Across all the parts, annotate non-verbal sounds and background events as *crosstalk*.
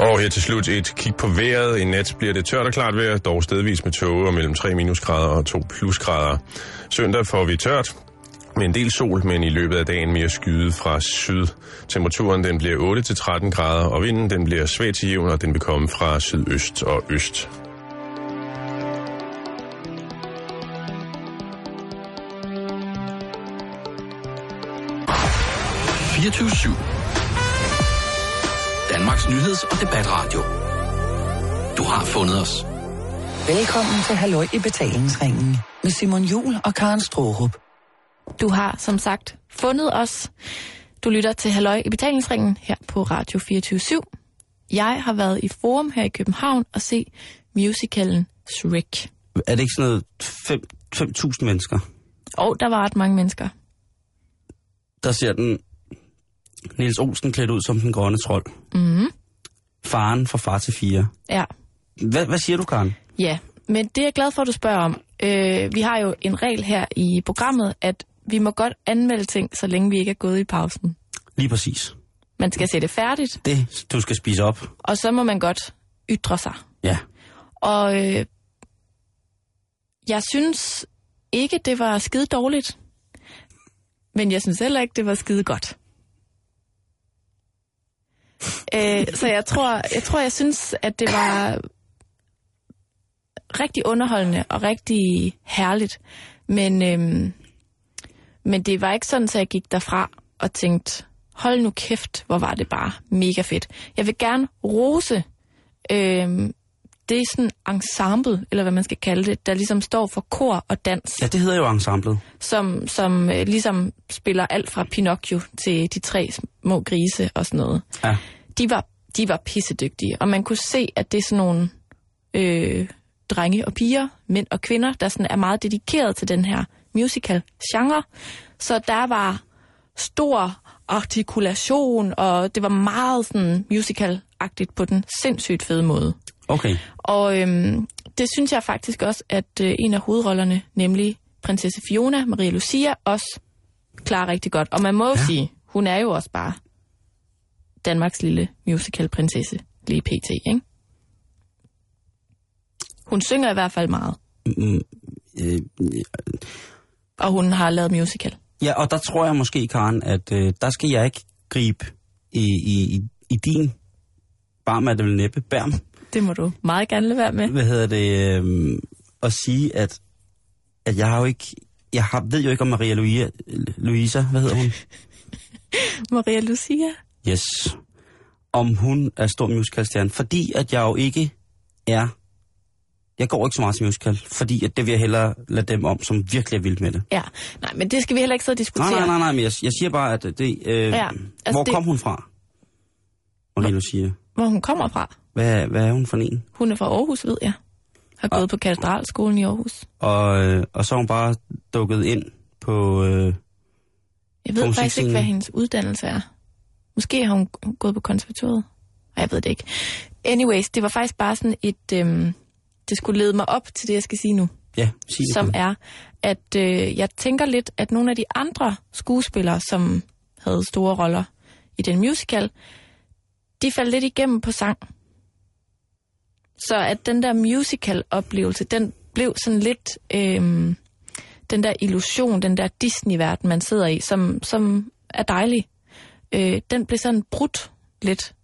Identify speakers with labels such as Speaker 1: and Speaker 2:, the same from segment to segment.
Speaker 1: Og her til slut et kig på vejret. I nat bliver det tørt og klart vejr, dog stedvis med tåge og mellem 3 minusgrader og 2 plusgrader. Søndag får vi tørt, med en del sol, men i løbet af dagen mere skyde fra syd. Temperaturen den bliver 8 til 13 grader, og vinden den bliver svag til jævn, og den vil komme fra sydøst og øst.
Speaker 2: Danmarks nyheds- og debatradio. Du har fundet os.
Speaker 3: Velkommen til Halløj i betalingsringen med Simon Jul og Karen Strohrup.
Speaker 4: Du har som sagt fundet os. Du lytter til Halløj i betalingsringen her på Radio 24 Jeg har været i Forum her i København og se musicalen Shrek.
Speaker 5: Er det ikke sådan noget fem- 5.000 mennesker,
Speaker 4: Og der var ret mange mennesker.
Speaker 5: der ser den Niels Olsen klædt ud som den grønne trold?
Speaker 4: Mm-hmm.
Speaker 5: Faren fra far til fire.
Speaker 4: Ja.
Speaker 5: Hva, hvad siger du, Karen?
Speaker 4: Ja, men det er jeg glad for, at du spørger om. Øh, vi har jo en regel her i programmet, at vi må godt anmelde ting, så længe vi ikke er gået i pausen.
Speaker 5: Lige præcis.
Speaker 4: Man skal se det færdigt,
Speaker 5: Det, du skal spise op.
Speaker 4: og så må man godt ytre sig.
Speaker 5: Ja.
Speaker 4: Og øh, jeg synes ikke, det var skide dårligt. Men jeg synes heller ikke, det var skide godt. Øh, så jeg tror, jeg tror, jeg synes, at det var rigtig underholdende og rigtig herligt. Men, øhm, men det var ikke sådan, at jeg gik derfra og tænkte, hold nu kæft, hvor var det bare mega fedt. Jeg vil gerne rose øhm, det er sådan ensemble, eller hvad man skal kalde det, der ligesom står for kor og dans,
Speaker 5: Ja,
Speaker 4: ja.
Speaker 5: det hedder jo ensemblet.
Speaker 4: som, som øh, ligesom spiller alt fra Pinocchio til de tre små grise og sådan noget.
Speaker 5: Ja.
Speaker 4: De var, de var pissedygtige, og man kunne se, at det er sådan nogle øh, drenge og piger, mænd og kvinder, der sådan er meget dedikeret til den her musical-genre. Så der var stor artikulation, og det var meget sådan musical-agtigt på den sindssygt fede måde.
Speaker 5: Okay.
Speaker 4: Og øhm, det synes jeg faktisk også, at øh, en af hovedrollerne, nemlig prinsesse Fiona, Maria Lucia, også klarer rigtig godt. Og man må jo ja. sige, hun er jo også bare Danmarks lille musicalprinsesse, lige pt, ikke? Hun synger i hvert fald meget,
Speaker 5: Øh,
Speaker 4: og hun har lavet musical.
Speaker 5: ja, og der tror jeg måske, Karen, at øh, der skal jeg ikke gribe i, i, i, i din barm er det vel næppe, bærm,
Speaker 4: Det må du meget gerne lade være med.
Speaker 5: *laughs* hvad hedder det, øh, at sige, at, at jeg har jo ikke, jeg har, ved jo ikke om Maria Luia, Luisa, hvad hedder hun?
Speaker 4: Maria Lucia?
Speaker 5: *laughs* Yes. Om hun er stor musicalstjerne, fordi at jeg jo ikke er, jeg går ikke så meget til musical, fordi at det vil jeg hellere lade dem om, som virkelig er vilde med det.
Speaker 4: Ja. Nej, men det skal vi heller ikke sidde og diskutere.
Speaker 5: Nej, nej, nej, nej, men jeg, jeg siger bare, at det... Øh, ja, altså hvor det... kom hun fra? Maria Lucia.
Speaker 4: Hvor hun kommer fra.
Speaker 5: Hvad, hvad er hun for en?
Speaker 4: Hun er fra Aarhus, ved jeg. Har gået på katedralskolen i Aarhus.
Speaker 5: Og, øh, og så er hun bare dukket ind på... Øh, På
Speaker 4: Jeg ved faktisk ikke,
Speaker 5: musikscenen.
Speaker 4: hvad hendes uddannelse er. Måske har hun g- gået på konservatoriet. Ej, Jeg ved det ikke. Anyways, det var faktisk bare sådan et... Øhm, det skulle lede mig op til det, jeg skal sige nu.
Speaker 5: ja, sig det.
Speaker 4: Som
Speaker 5: Karen.
Speaker 4: er, at øh, jeg tænker lidt, at nogle af de andre skuespillere, som havde store roller i den musical, de faldt lidt igennem på sang. Så at den der musical-oplevelse, den blev sådan lidt øhm, den der illusion, den der Disney-verden, man sidder i, som, som er dejlig, øh, den blev sådan brudt lidt,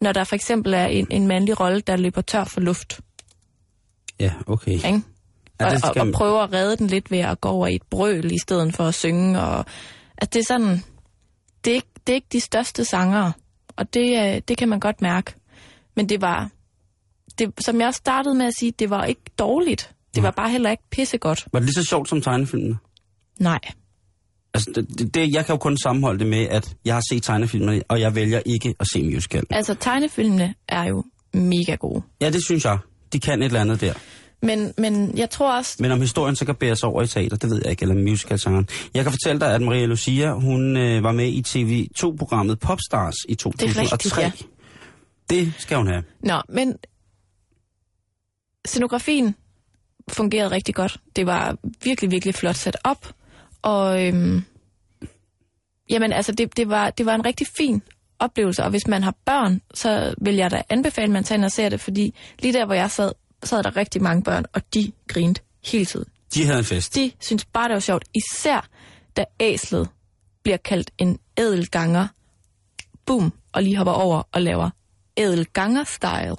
Speaker 4: når der for eksempel er en, en mandlig rolle, der løber tør for luft.
Speaker 5: Ja, okay.
Speaker 4: Ikke?
Speaker 5: Ja,
Speaker 4: Ja,
Speaker 5: det
Speaker 4: og,
Speaker 5: skal
Speaker 4: og, og
Speaker 5: man-
Speaker 4: prøve at redde den lidt ved at gå over i et brøl i stedet for at synge. Og, altså, det er sådan, det er, ikke, det er ikke de største sangere, og det, øh, det kan man godt mærke. Men det var, det, som jeg også startede med at sige, det var ikke dårligt. Det var bare heller ikke pissegodt.
Speaker 5: Var det lige så sjovt som tegnefilmene?
Speaker 4: Nej.
Speaker 5: Altså, det, det- det, jeg kan jo kun sammenholde det med, at jeg har set tegnefilmene, og jeg vælger ikke at se musical.
Speaker 4: Altså, tegnefilmene er jo mega gode.
Speaker 5: Ja, det synes jeg. De kan et eller andet der.
Speaker 4: Men, men jeg tror også,
Speaker 5: Men om historien så kan bæres over i teater, det ved jeg ikke, eller musicalsangeren. Jeg kan fortælle dig, at Maria Lucia, hun øh, var med i TV2-programmet Popstars i 2003.
Speaker 4: rigtigt, ja.
Speaker 5: Det skal hun have.
Speaker 4: Nå, men scenografien fungerede rigtig godt. Det var virkelig, virkelig flot sat op. Og øhm, jamen, altså, det, det, var, det var en rigtig fin oplevelser. Og hvis man har børn, så vil jeg da anbefale, at man tager ind og ser det, fordi lige der, hvor jeg sad, sad der rigtig mange børn, og de grinede hele tiden.
Speaker 5: De havde en fest.
Speaker 4: De synes bare, det var sjovt. Især da æslet bliver kaldt en ædelganger. Boom. Og lige hopper over og laver ædelganger-style.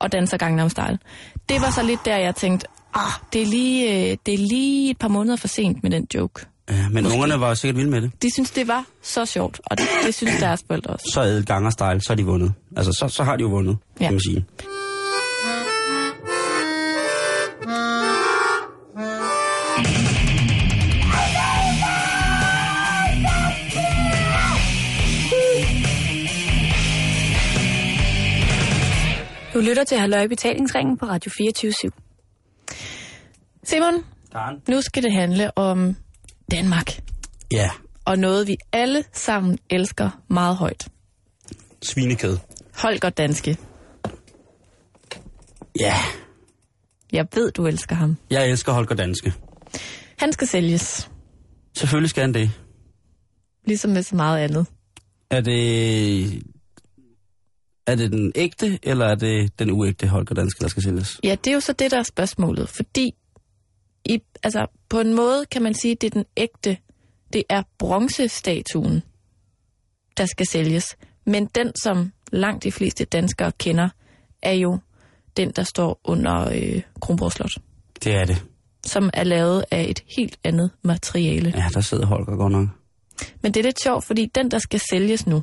Speaker 4: Og danser Gangnam-style. Det var så lidt der, jeg tænkte, ah, det er, lige, øh, det er lige et par måneder for sent med den joke.
Speaker 5: Ja, men ungerne var sikkert vilde med det.
Speaker 4: De synes, det var så sjovt, og det, det synes deres forældre også.
Speaker 5: Så ædel ganger style, så er de vundet. Altså, så, så har de jo vundet, ja.
Speaker 4: Ja.
Speaker 5: kan man sige.
Speaker 6: Du lytter til Halløj i Betalingsringen på Radio 24 /7.
Speaker 4: Simon,
Speaker 5: Karen?
Speaker 4: nu skal det handle om Danmark.
Speaker 5: Ja,
Speaker 4: Og noget, vi alle sammen elsker meget højt.
Speaker 5: svinekød.
Speaker 4: Holger Danske.
Speaker 5: Ja,
Speaker 4: Jeg ved, du elsker ham.
Speaker 5: jeg elsker Holger Danske.
Speaker 4: Han skal sælges,
Speaker 5: Selvfølgelig skal han det.
Speaker 4: ligesom med så meget andet.
Speaker 5: Er det... Er det den ægte, eller er det den uægte Holger Danske, der skal sælges?
Speaker 4: Ja, det er jo så det, der er spørgsmålet, fordi i, altså, på en måde kan man sige, at det er den ægte, det er bronzestatuen, der skal sælges. Men den, som langt de fleste danskere kender, er jo den, der står under øh, Kronborg Slot,
Speaker 5: Det er det.
Speaker 4: som er lavet af et helt andet materiale.
Speaker 5: Ja, der sidder Holger godt nok.
Speaker 4: Men det er lidt sjovt, fordi den, der skal sælges nu,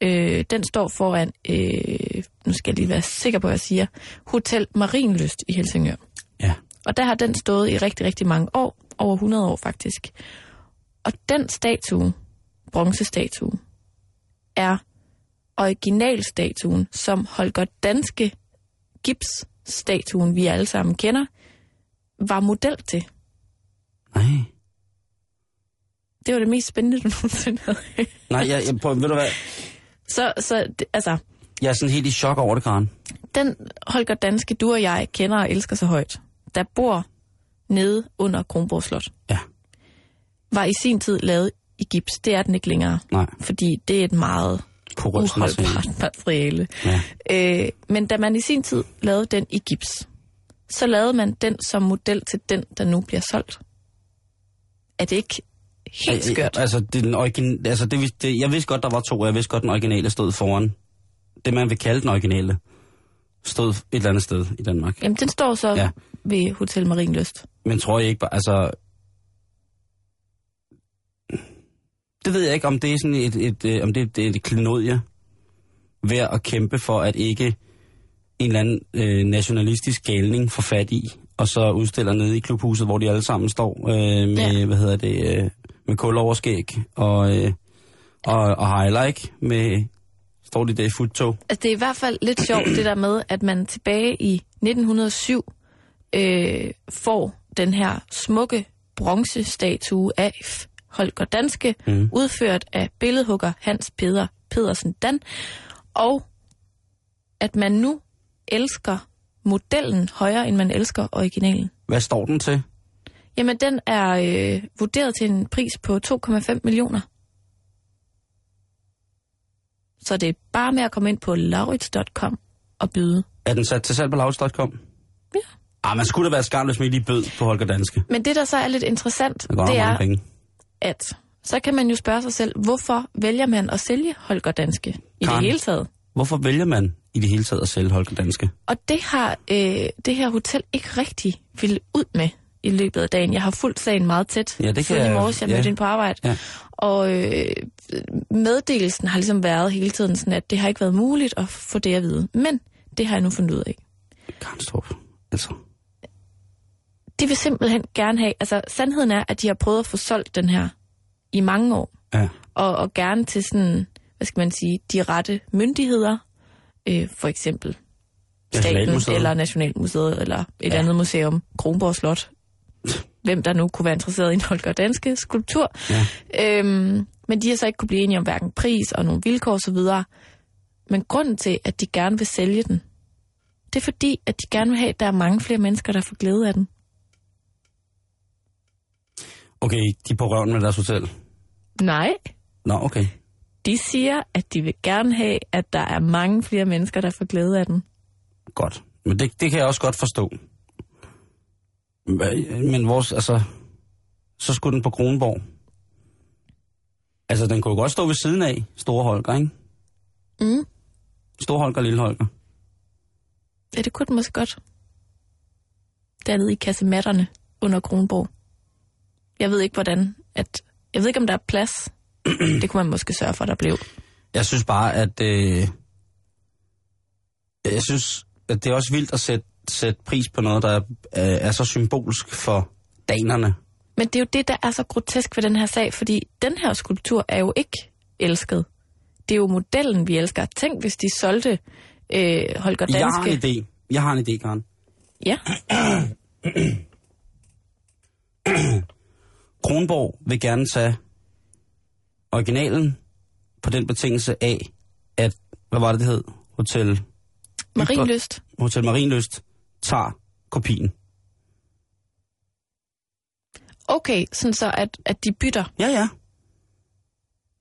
Speaker 4: øh, den står foran, øh, nu skal jeg lige være sikker på, hvad jeg siger, Hotel Marienlyst i Helsingør.
Speaker 5: Ja.
Speaker 4: Og der har den stået i rigtig, rigtig mange år, over 100 år faktisk. Og den statue, bronzestatue, er originalstatuen, som Holger Danske gipsstatuen, vi alle sammen kender, var model til.
Speaker 5: Nej.
Speaker 4: Det var det mest spændende, du nogensinde havde. *laughs* hørt.
Speaker 5: Nej, jeg, jeg prøver, ved du hvad?
Speaker 4: Så, så det- altså,
Speaker 5: Jeg er sådan helt i chok over det, Karen.
Speaker 4: den Holger Danske, du og jeg kender og elsker så højt, der bor nede under Kronborg Slot,
Speaker 5: Ja,
Speaker 4: var i sin tid lavet i gips. Det er den ikke længere,
Speaker 5: nej.
Speaker 4: fordi det er et meget
Speaker 5: På altså.
Speaker 4: uholdbart materiale.
Speaker 5: Ja.
Speaker 4: Øh, men da man i sin tid lavede den i gips, så lavede man den som model til den, der nu bliver solgt. Er det ikke helt
Speaker 5: Ja,
Speaker 4: skørt?
Speaker 5: ja, Altså, det er den origin... altså det, vid- det, jeg vidste godt, der var to, og jeg vidste godt, den originale stod foran. Det, man vil kalde den originale, stod et eller andet sted i Danmark.
Speaker 4: Jamen, den står så
Speaker 5: Ja.
Speaker 4: ja. ved Hotel Marienlyst.
Speaker 5: Men tror jeg ikke bare, altså... Det ved jeg ikke, om det er sådan et, et, et om det, det er et klinodie værd at kæmpe for, at ikke en eller anden øh, nationalistisk galning får fat i, og så udstiller nede i klubhuset, hvor de alle sammen står øh, med, ja.
Speaker 4: Ja.
Speaker 5: hvad hedder det, øh, med kul over skæg og, øh, og, og hejler, ikke? Med, står de der i futtog?
Speaker 4: Altså, det er i hvert fald lidt sjovt, det der med, at man tilbage i 1907 øh, får den her smukke bronzestatue af F. Holger Danske, mm. udført af billedhugger Hans Peder Pedersen Dan, og at man nu elsker modellen højere, end man elsker originalen.
Speaker 5: Hvad står den til?
Speaker 4: Jamen, den er øh, vurderet til en pris på 2,5 millioner. Så det er bare med at komme ind på laurits.com og byde.
Speaker 5: Er den sat til salg på lavs.com?
Speaker 4: Ja.
Speaker 5: Ah, man skulle da være skam, hvis man ikke lige bød på Holger Danske.
Speaker 4: Men det, der så er lidt interessant,
Speaker 5: Det, det
Speaker 4: det
Speaker 5: mange
Speaker 4: er,
Speaker 5: penge.
Speaker 4: at så kan man jo spørge sig selv, hvorfor vælger man at sælge Holger Danske i
Speaker 5: Karen.
Speaker 4: det hele taget?
Speaker 5: Hvorfor vælger man i det hele taget at sælge Holger Danske?
Speaker 4: Og det har øh, det her hotel ikke rigtig ville ud med i løbet af dagen. Jeg har fulgt sagen meget tæt.
Speaker 5: Ja, det kan
Speaker 4: siden
Speaker 5: jeg-
Speaker 4: i morges, jeg
Speaker 5: ja.
Speaker 4: mødte hende på arbejde.
Speaker 5: Ja.
Speaker 4: Og øh, meddelelsen har ligesom været hele tiden sådan, at det har ikke været muligt at få det at vide. Men det har jeg nu fundet ud af.
Speaker 5: Karnstrup. Altså,
Speaker 4: De vil simpelthen gerne have... Altså, sandheden er, at de har prøvet at få solgt den her i mange år.
Speaker 5: ja.
Speaker 4: og, og gerne til sådan, hvad skal man sige, de rette myndigheder, øh, for eksempel staten
Speaker 5: Nationalmuseet.
Speaker 4: eller Nationalmuseet eller et ja. andet museum, Kronborg Slot, hvem der nu kunne være interesseret i en Holger Danske skulptur.
Speaker 5: Ja.
Speaker 4: Øhm, men de har så ikke kunne blive enige om hverken pris og nogle vilkår osv. Men grunden til, at de gerne vil sælge den, det er fordi, at de gerne vil have, at der er mange flere mennesker, der får glæde af den.
Speaker 5: Okay, de er på røven med deres hotel.
Speaker 4: Nej,
Speaker 5: Nå, okay.
Speaker 4: De siger, at de vil gerne have, at der er mange flere mennesker, der får glæde af den.
Speaker 5: Godt. Men det, det kan jeg også godt forstå. Hva- Men vores, altså, så skulle den på Kronborg. Altså, den kunne jo godt stå ved siden af Store Holger, ikke?
Speaker 4: Mm.
Speaker 5: Store Holger og Lille Holger.
Speaker 4: Ja, det kunne den måske godt. Dernede i kassematterne under Kronborg. Jeg ved ikke, hvordan... At, jeg ved ikke, om der er plads. *clears throat* det kunne man måske sørge for, der blev.
Speaker 5: Jeg synes bare, at... Øh, jeg synes, at det er også vildt at sætte, sætte pris på noget, der er, øh, er så symbolsk for danerne.
Speaker 4: Men det er jo det, der er så grotesk ved den her sag, fordi den her skulptur er jo ikke elsket. Det er jo modellen, vi elsker. Tænk, hvis de solgte øh, Holger
Speaker 5: Jeg har
Speaker 4: Danske.
Speaker 5: en idé. Jeg har en idé, Karen.
Speaker 4: Ja,
Speaker 5: Kronborg vil gerne tage originalen på den betingelse af, at, hvad var det, det hed? Hotel,
Speaker 4: Marienlyst.
Speaker 5: Hotel Marienløst tager kopien.
Speaker 4: Okay, sådan så, at, at de bytter.
Speaker 5: Ja, ja.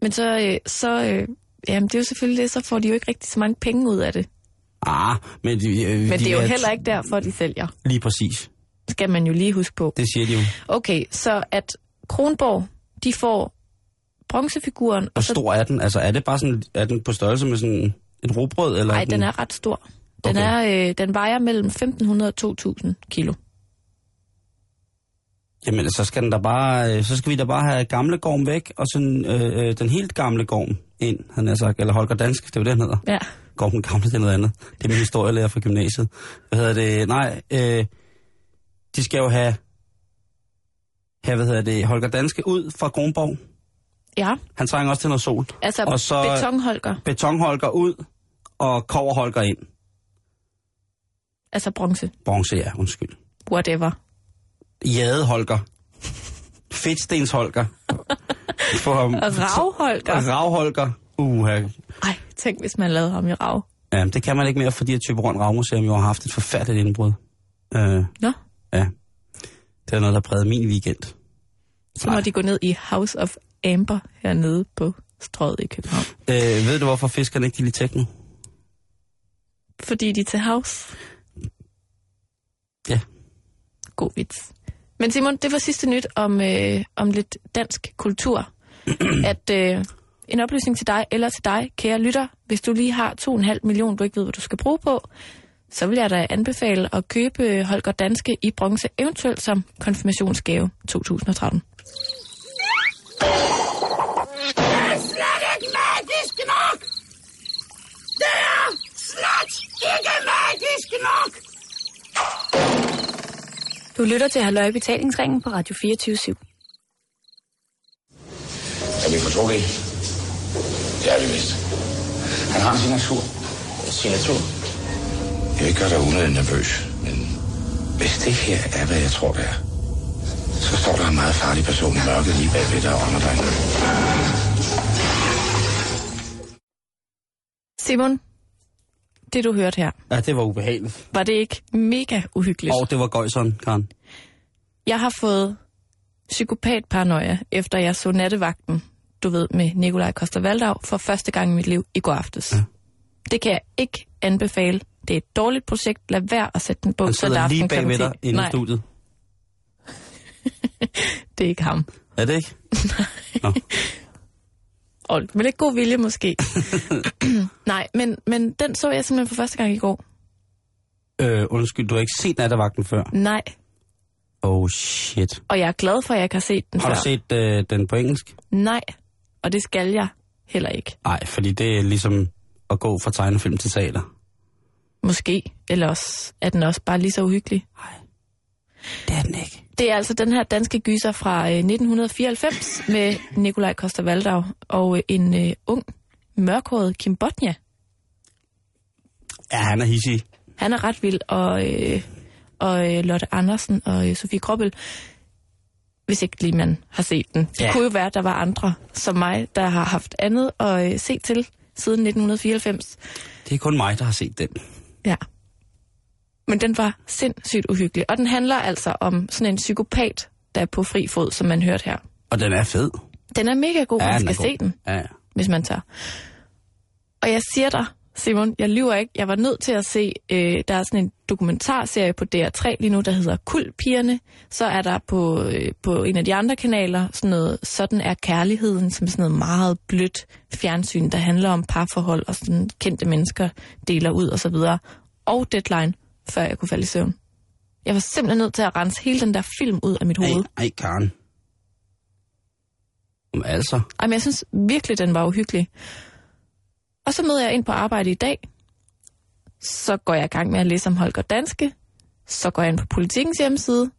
Speaker 4: Men så, øh, så øh, jamen, det er jo selvfølgelig det, så får de jo ikke rigtig så mange penge ud af det.
Speaker 5: Ah, men, de, øh,
Speaker 4: Men det er jo
Speaker 5: er-
Speaker 4: heller ikke derfor, de sælger.
Speaker 5: Lige præcis.
Speaker 4: Skal man jo lige huske på.
Speaker 5: Det siger de jo.
Speaker 4: Okay, så at Kronborg, de får bronzefiguren,
Speaker 5: Hvor
Speaker 4: og så...
Speaker 5: stor er den? Altså, er det bare sådan, er den på størrelse med sådan et rugbrød? Eller
Speaker 4: Nej, den er ret stor. Den,
Speaker 5: Okay.
Speaker 4: er, øh, den vejer mellem 1.500 og 2.000 kilo.
Speaker 5: Jamen, så skal, den da bare, øh, så skal vi da bare have gamle gorm væk, og sådan, øh, øh, den helt gamle gorm ind, han har sagt. Eller Holger Dansk, det er jo det, han hedder.
Speaker 4: Ja.
Speaker 5: Gorm den gamle, det er noget andet. Det er min historielærer fra gymnasiet. Hvad hedder det? Nej, øh, de skal jo have, have, hvad hedder det, Holger Danske ud fra Kronborg.
Speaker 4: Ja,
Speaker 5: Han trænger også til noget sol.
Speaker 4: altså
Speaker 5: Og
Speaker 4: og
Speaker 5: så-
Speaker 4: så... betonholker,
Speaker 5: Betonholger ud, og koverholger ind.
Speaker 4: altså bronze,
Speaker 5: Bronze, ja, undskyld.
Speaker 4: whatever.
Speaker 5: Jade Holger. Fedtstens Holger. For, um,
Speaker 4: *laughs* Og ravholker.
Speaker 5: Rav Holger. Uha.
Speaker 4: Ej, tænk hvis man lavede ham i rav.
Speaker 5: Ja, det kan man ikke mere, fordi at Tøberund Ravmuseum jo har haft et forfærdeligt indbrud. Uh,
Speaker 4: Nå,
Speaker 5: ja. Det er noget, der prægede min weekend.
Speaker 4: så må
Speaker 5: Ej.
Speaker 4: de gå ned i House of Amber hernede på strøget i København.
Speaker 5: Uh, ved du, hvorfor fiskerne ikke kan lide tekno?
Speaker 4: Fordi de er til house.
Speaker 5: Ja.
Speaker 4: God vits. Men Simon, det var sidste nyt om, øh, om lidt dansk
Speaker 5: *clears throat*
Speaker 4: kultur. at øh, en oplysning til dig, eller til dig, kære lytter, hvis du lige har 2,5 millioner, du ikke ved, hvad du skal bruge på, så vil jeg da anbefale at købe øh, Holger Danske i bronze, eventuelt som konfirmationsgave 2013.
Speaker 6: Du lytter til Halløj i Betalingsringen på Radio 24 /7.
Speaker 7: Er vi på 2G? Det er vi vist. Han har en signatur. Signatur? Jeg vil ikke gøre dig unødigt nervøs, men hvis det her er, hvad jeg tror, det er, så står der en meget farlig person i mørket lige bagved dig og ånder dig. ned.
Speaker 4: Simon, det du hørte her,
Speaker 5: Ja, det var ubehageligt.
Speaker 4: var det ikke mega uhyggeligt?
Speaker 5: Og det var gøjseren, Karen.
Speaker 4: Jeg har fået psykopatparanoia, efter jeg så nattevagten, du ved, med Nikolaj koster Valdau for første gang i mit liv i går aftes. Ja. Det kan jeg ikke anbefale. Det er et dårligt projekt. Lad være at sætte den på
Speaker 5: Han
Speaker 4: søndag
Speaker 5: sidder lige
Speaker 4: aften klokken
Speaker 5: bagved
Speaker 4: 10.
Speaker 5: dig inde i
Speaker 4: Nej,
Speaker 5: studiet.
Speaker 4: det er ikke ham.
Speaker 5: Er det ikke?
Speaker 4: Og med lidt god vilje
Speaker 5: *laughs*
Speaker 4: måske. Nej, men, men den så jeg simpelthen for første gang i går.
Speaker 5: Øh, undskyld, du har ikke set nattevagten før.
Speaker 4: Nej,
Speaker 5: Oh shit.
Speaker 4: og jeg er glad for, at jeg ikke har set den
Speaker 5: Har du
Speaker 4: før.
Speaker 5: set øh, den på engelsk?
Speaker 4: Nej, og det skal jeg heller ikke.
Speaker 5: Nej, fordi det er ligesom at gå fra tegnefilm til teater.
Speaker 4: Måske, eller også er den også bare lige så uhyggelig.
Speaker 5: Det er den ikke.
Speaker 4: Det er altså den her danske gyser fra øh, 1994 med Nikolaj koster Valdau og øh, en øh, ung, mørkhåret Kim Botnia.
Speaker 5: Ja, han er hissig.
Speaker 4: Han er ret vild, og, øh, og øh, Lotte Andersen og øh, Sofie Kroppel, hvis ikke lige man har set den. Det
Speaker 5: Ja.
Speaker 4: ja. kunne jo være, at der var andre som mig, der har haft andet at øh, se til siden 1994.
Speaker 5: Det er kun mig, der har set den.
Speaker 4: Ja. Men den var sindssygt uhyggelig, og den handler altså om sådan en psykopat, der er på fri fod, som man hørte her.
Speaker 5: Og den er fed.
Speaker 4: Den er mega god, ja, man
Speaker 5: den er
Speaker 4: skal
Speaker 5: god.
Speaker 4: se den,
Speaker 5: Ja, ja.
Speaker 4: hvis man tør. Og jeg siger dig, Simon, jeg lyver ikke. Jeg var nødt til at se, øh, der er sådan en dokumentarserie på DR3 lige nu, der hedder Kultpigerne. Så er der på, øh, på en af de andre kanaler sådan noget, Sådan er kærligheden, som sådan noget meget blødt fjernsyn, der handler om parforhold og sådan kendte mennesker deler ud og så videre. Og deadline, før jeg kunne falde i søvn. Jeg var simpelthen nødt til at rense hele den der film ud af mit hoved.
Speaker 5: Ej, ej, Karen. Om altså.
Speaker 4: Jamen, jeg synes virkelig, den var uhyggelig. Og så møder jeg ind på arbejde i dag. Så går jeg i gang med at læse om Holger Danske. Så går jeg ind på politikens hjemmeside.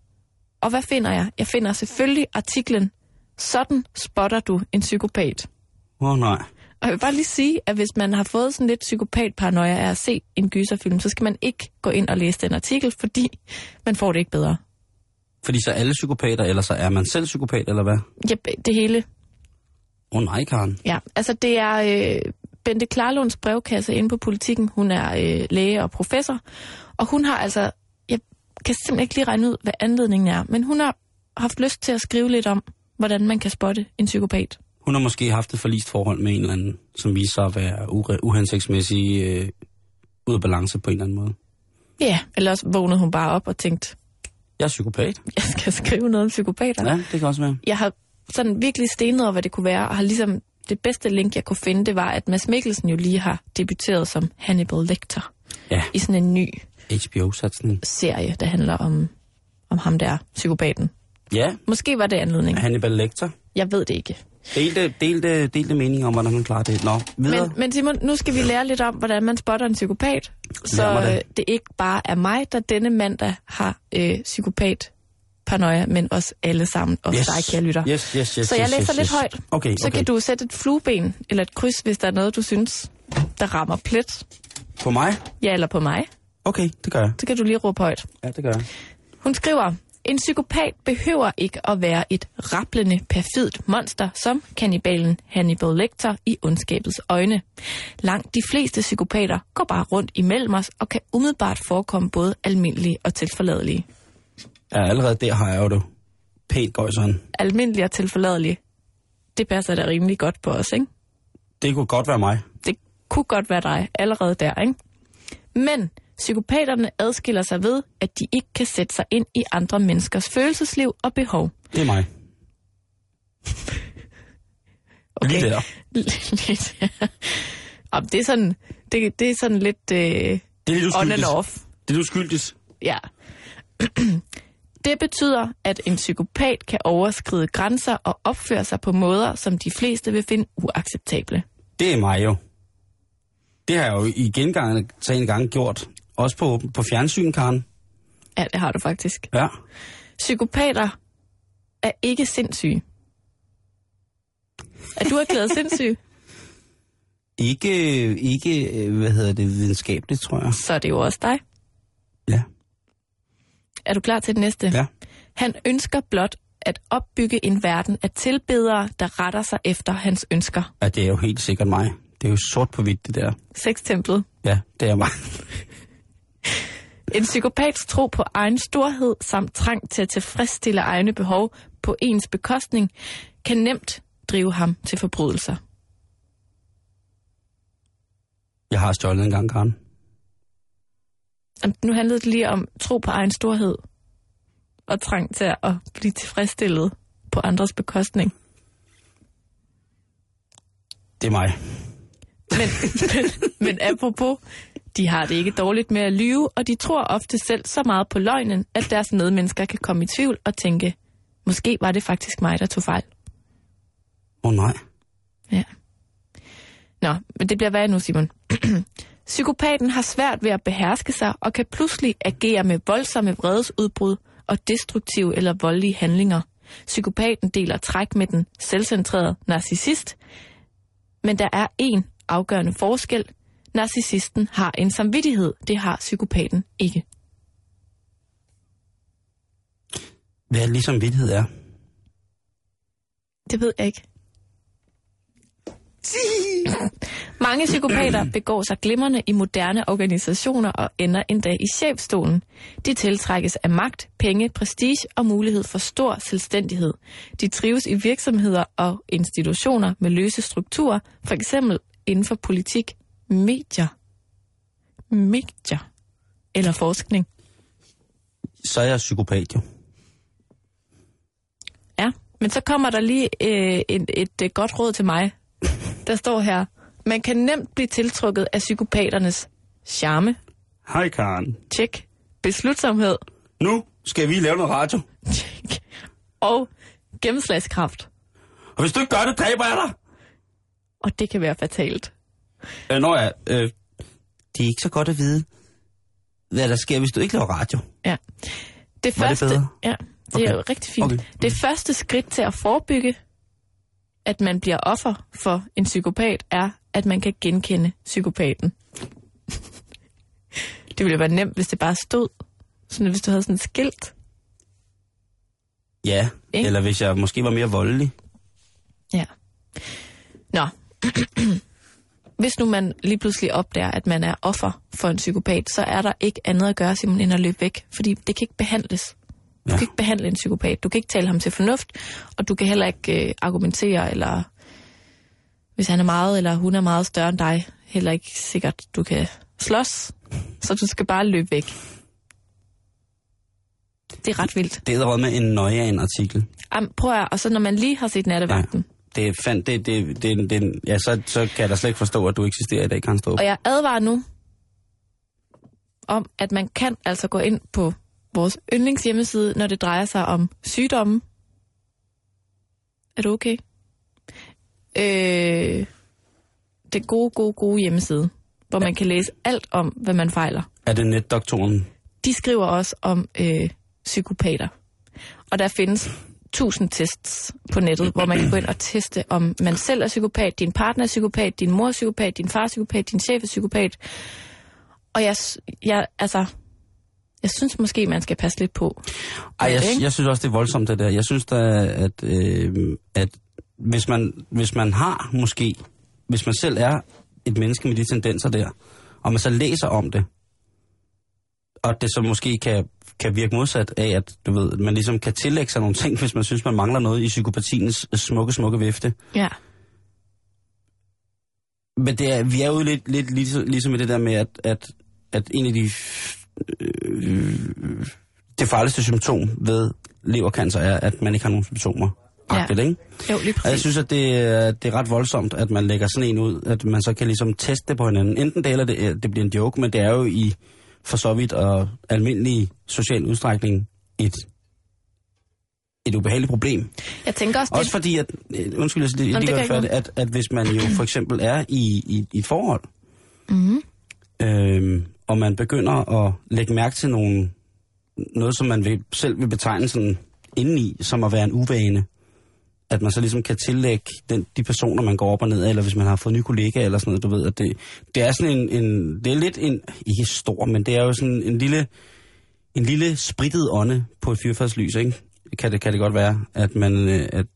Speaker 4: Og hvad finder jeg? Jeg finder selvfølgelig artiklen Sådan spotter du en psykopat.
Speaker 5: Åh, oh, nej.
Speaker 4: Og jeg vil bare lige sige, at hvis man har fået sådan lidt psykopatparanoia af at se en gyserfilm, så skal man ikke gå ind og læse den artikel, fordi man får det ikke bedre.
Speaker 5: Fordi så er alle psykopater, eller så er man selv psykopat, eller hvad?
Speaker 4: Jep, det hele
Speaker 5: Åh, oh, nej, Karen.
Speaker 4: Ja, altså det er øh, Bente Klarlunds brevkasse inde på politikken. Hun er øh, læge og professor, og hun har altså, jeg kan simpelthen ikke lige regne ud, hvad anledningen er, men hun har haft lyst til at skrive lidt om, hvordan man kan spotte en psykopat.
Speaker 5: Hun har måske haft et forlist forhold med en eller anden, som viser sig at være ure- uhensigtsmæssig øh, ud af balance på en eller anden måde.
Speaker 4: Ja, ellers vågnede hun bare op og tænkte, *laughs*
Speaker 5: Jeg er psykopat.
Speaker 4: jeg skal skrive noget om psykopater.
Speaker 5: Ja, det kan også være.
Speaker 4: jeg har sådan virkelig stenet over, hvad det kunne være, og har ligesom det bedste link, jeg kunne finde, det var, at Mads Mikkelsen jo lige har debuteret som Hannibal Lecter
Speaker 5: Ja.
Speaker 4: i sådan en ny
Speaker 5: HBO-satsning.
Speaker 4: serie, der handler om, om ham der, psykopaten.
Speaker 5: Ja,
Speaker 4: Måske var det anledning.
Speaker 5: Hannibal Lecter.
Speaker 4: Jeg ved det ikke.
Speaker 5: Delte, delte, delte meninger om, hvordan han klarer det. Nå, videre.
Speaker 4: Men, men Simon, nu skal vi lære lidt om, hvordan man spotter en psykopat.
Speaker 5: Lad
Speaker 4: Så
Speaker 5: mig da.
Speaker 4: øh, det ikke bare er mig, der denne mandag har øh, psykopat paranoia, men også alle sammen, og yes. dig, kære lytter.
Speaker 5: Yes, yes, yes, yes,
Speaker 4: Så jeg
Speaker 5: yes,
Speaker 4: læser
Speaker 5: yes,
Speaker 4: lidt
Speaker 5: yes.
Speaker 4: højt.
Speaker 5: Okay,
Speaker 4: Så
Speaker 5: okay.
Speaker 4: kan du sætte et flueben eller et kryds, hvis der er noget, du synes, der rammer plet.
Speaker 5: På mig?
Speaker 4: Ja, eller på mig.
Speaker 5: Okay, det gør jeg.
Speaker 4: Så kan du lige råbe højt.
Speaker 5: Ja, det gør jeg.
Speaker 4: Hun skriver, en psykopat behøver ikke at være et rablende, perfidt monster som kannibalen Hannibal Lecter i ondskabets øjne. Langt de fleste psykopater går bare rundt imellem os og kan umiddelbart forekomme både almindelige og tilforladelige.
Speaker 5: Ja, allerede der har jeg jo det. Pænt gøjseren.
Speaker 4: Almindelige og tilforladelige, det passer da rimelig godt på os, ikke?
Speaker 5: Det kunne godt være mig.
Speaker 4: det kunne godt være dig allerede der, ikke? Men psykopaterne adskiller sig ved, at de ikke kan sætte sig ind i andre menneskers følelsesliv og behov.
Speaker 5: Det er mig. Lige der.
Speaker 4: Lidt, ja. *laughs* Om det er sådan, det, det er sådan lidt øh,
Speaker 5: Det er lidt
Speaker 4: on
Speaker 5: uskyldigt.
Speaker 4: and off.
Speaker 5: Det er lidt uskyldigt.
Speaker 4: Ja. *clears throat* Det betyder, at en psykopat kan overskride grænser og opføre sig på måder, som de fleste vil finde uacceptable.
Speaker 5: Det er mig jo. Det har jeg jo i gengangen til en gang gjort. Også på, på fjernsyn, Karen.
Speaker 4: Ja, det har du faktisk.
Speaker 5: Ja.
Speaker 4: Psykopater er ikke sindssyge. Er du erklæret sindssyg,
Speaker 5: Ikke, ikke, øh, hvad hedder det, videnskabeligt, tror jeg.
Speaker 4: så er det jo også dig.
Speaker 5: Ja.
Speaker 4: Er du klar til det næste?
Speaker 5: Ja.
Speaker 4: Han ønsker blot at opbygge en verden af tilbedere, der retter sig efter hans ønsker.
Speaker 5: ja. det er jo helt sikkert mig. Det er jo sort på hvidt, det der.
Speaker 4: Sextemplet.
Speaker 5: Ja, det er mig. *laughs*
Speaker 4: En psykopats tro på egen storhed samt trang til at tilfredsstille egne behov på ens bekostning, kan nemt drive ham til forbrydelser.
Speaker 5: Jeg har stjålet en gang, Karen.
Speaker 4: Jamen, Nu handlede det lige om tro på egen storhed og trang til at blive tilfredsstillet på andres bekostning.
Speaker 5: Det er mig.
Speaker 4: Men, *laughs* men, men apropos, de har det ikke dårligt med at lyve, og de tror ofte selv så meget på løgnen, at deres medmennesker kan komme i tvivl og tænke, måske var det faktisk mig, der tog fejl.
Speaker 5: Åh oh, nej.
Speaker 4: Ja. Nå, men det bliver værre nu, Simon. *clears throat* Psykopaten har svært ved at beherske sig og kan pludselig agere med voldsomme vredesudbrud og destruktive eller voldelige handlinger. Psykopaten deler træk med den selvcentrerede narcissist, men der er en afgørende forskel. Narcissisten har en samvittighed, det har psykopaten ikke.
Speaker 5: Hvad er ligesom vidtighed er?
Speaker 4: Det ved jeg ikke. Mange psykopater begår sig glimrende i moderne organisationer og ender endda i chefstolen. De tiltrækkes af magt, penge, prestige og mulighed for stor selvstændighed. De trives i virksomheder og institutioner med løse strukturer, for eksempel inden for politik, medier, medier eller forskning.
Speaker 5: Så er jeg psykopat jo.
Speaker 4: Ja, men så kommer der lige øh, et, et, et godt råd til mig. Der står her, man kan nemt blive tiltrukket af psykopaternes charme,
Speaker 5: Hej Karen.
Speaker 4: tjek, beslutsomhed,
Speaker 5: Nu skal vi lave noget radio.
Speaker 4: tjek, og gennemslagskraft.
Speaker 5: Og hvis du ikke gør det, dræber jeg dig.
Speaker 4: Og det kan være fatalt.
Speaker 5: Øh, nå ja, øh, det er ikke så godt at vide, hvad der sker, hvis du ikke laver radio.
Speaker 4: Ja. Det
Speaker 5: Var det
Speaker 4: første,
Speaker 5: bedre?
Speaker 4: Ja, det okay. er
Speaker 5: Okay.
Speaker 4: jo rigtig fint.
Speaker 5: Okay.
Speaker 4: Okay. Det første skridt til at forebygge, at man bliver offer for en psykopat, er, at man kan genkende psykopaten. *laughs* det ville jo være nemt, hvis det bare stod. Sådan, hvis du havde sådan et skilt.
Speaker 5: Ja,
Speaker 4: Ikke?
Speaker 5: eller hvis jeg måske var mere voldelig.
Speaker 4: Ja. Nå. *clears throat* Hvis nu man lige pludselig opdager, at man er offer for en psykopat, så er der ikke andet at gøre, Simon, end at løbe væk. Fordi det kan ikke behandles. Du
Speaker 5: Ja.
Speaker 4: kan ikke behandle en psykopat. Du kan ikke tale ham til fornuft, og du kan heller ikke øh, argumentere, eller hvis han er meget, eller hun er meget større end dig, heller ikke sikkert, du kan slås. Så du skal bare løbe væk. Det er ret vildt.
Speaker 5: Det er med en nøje af en artikel.
Speaker 4: Am, prøv at, og så når man lige har set nattevagten,
Speaker 5: Det er fandt, det, det, det, det, ja, så, så kan jeg da slet ikke forstå, at du eksisterer i dag, Karen Storup.
Speaker 4: Og jeg advarer nu om, at man kan altså gå ind på vores yndlingshjemmeside, når det drejer sig om sygdomme. Er du okay? Øh, det gode, gode, gode hjemmeside, hvor man kan læse alt om, hvad man fejler.
Speaker 5: Er det netdoktoren?
Speaker 4: De skriver også om øh, psykopater. Og der findes tusind tests på nettet, hvor man kan gå ind og teste, om man selv er psykopat, din partner er psykopat, din mor er psykopat, din far er psykopat, din chef er psykopat. Og jeg, s- jeg, altså, jeg synes måske, man skal passe lidt på.
Speaker 5: Ej, jeg,
Speaker 4: Ikke?
Speaker 5: jeg synes også, det er voldsomt, det der. Jeg synes da, at, øh, at hvis, man, hvis man har måske, hvis man selv er et menneske med de tendenser der, og man så læser om det, og det så måske kan, kan virke modsat af, at du ved, at man ligesom kan tillægge sig nogle ting, hvis man synes, man mangler noget i psykopatiens smukke, smukke vifte.
Speaker 4: Ja.
Speaker 5: Men det er, vi er jo lidt, lidt ligesom, ligesom i det der med, at, at, at en af de... f- Øh, det farligste symptom ved levercancer er, at man ikke har nogen symptomer.
Speaker 4: Ja.
Speaker 5: Ja. Ikke?
Speaker 4: Jo, lige
Speaker 5: Og jeg
Speaker 4: præcis.
Speaker 5: synes, at det, er- det er ret voldsomt, at man lægger sådan en ud, at man så kan ligesom teste det på hinanden. Enten det, eller det, det bliver en joke, men det er jo i for så vidt og almindelig social udstrækning et, et ubehageligt problem.
Speaker 4: Jeg tænker også, det,
Speaker 5: Også fordi, at, øh, undskyld, jeg lige,
Speaker 4: Nå,
Speaker 5: lige
Speaker 4: det
Speaker 5: gør
Speaker 4: kan
Speaker 5: det færdigt,
Speaker 4: ikke
Speaker 5: at, at hvis man jo for eksempel er i, i, i et forhold, mm-hmm. øhm, og man begynder at lægge mærke til nogle, noget, som man vil, selv vil betegne sådan indeni, som at være en uvane, at man så ligesom kan tillægge den, de personer, man går op og ned af, eller hvis man har fået nye kollegaer eller sådan noget, du ved, at det, det er sådan en, en, det er lidt en, ikke stor, men det er jo sådan en lille, en lille spritet ånde på et fyrfærdslys, ikke? Kan det, kan det godt være, at man, øh, at,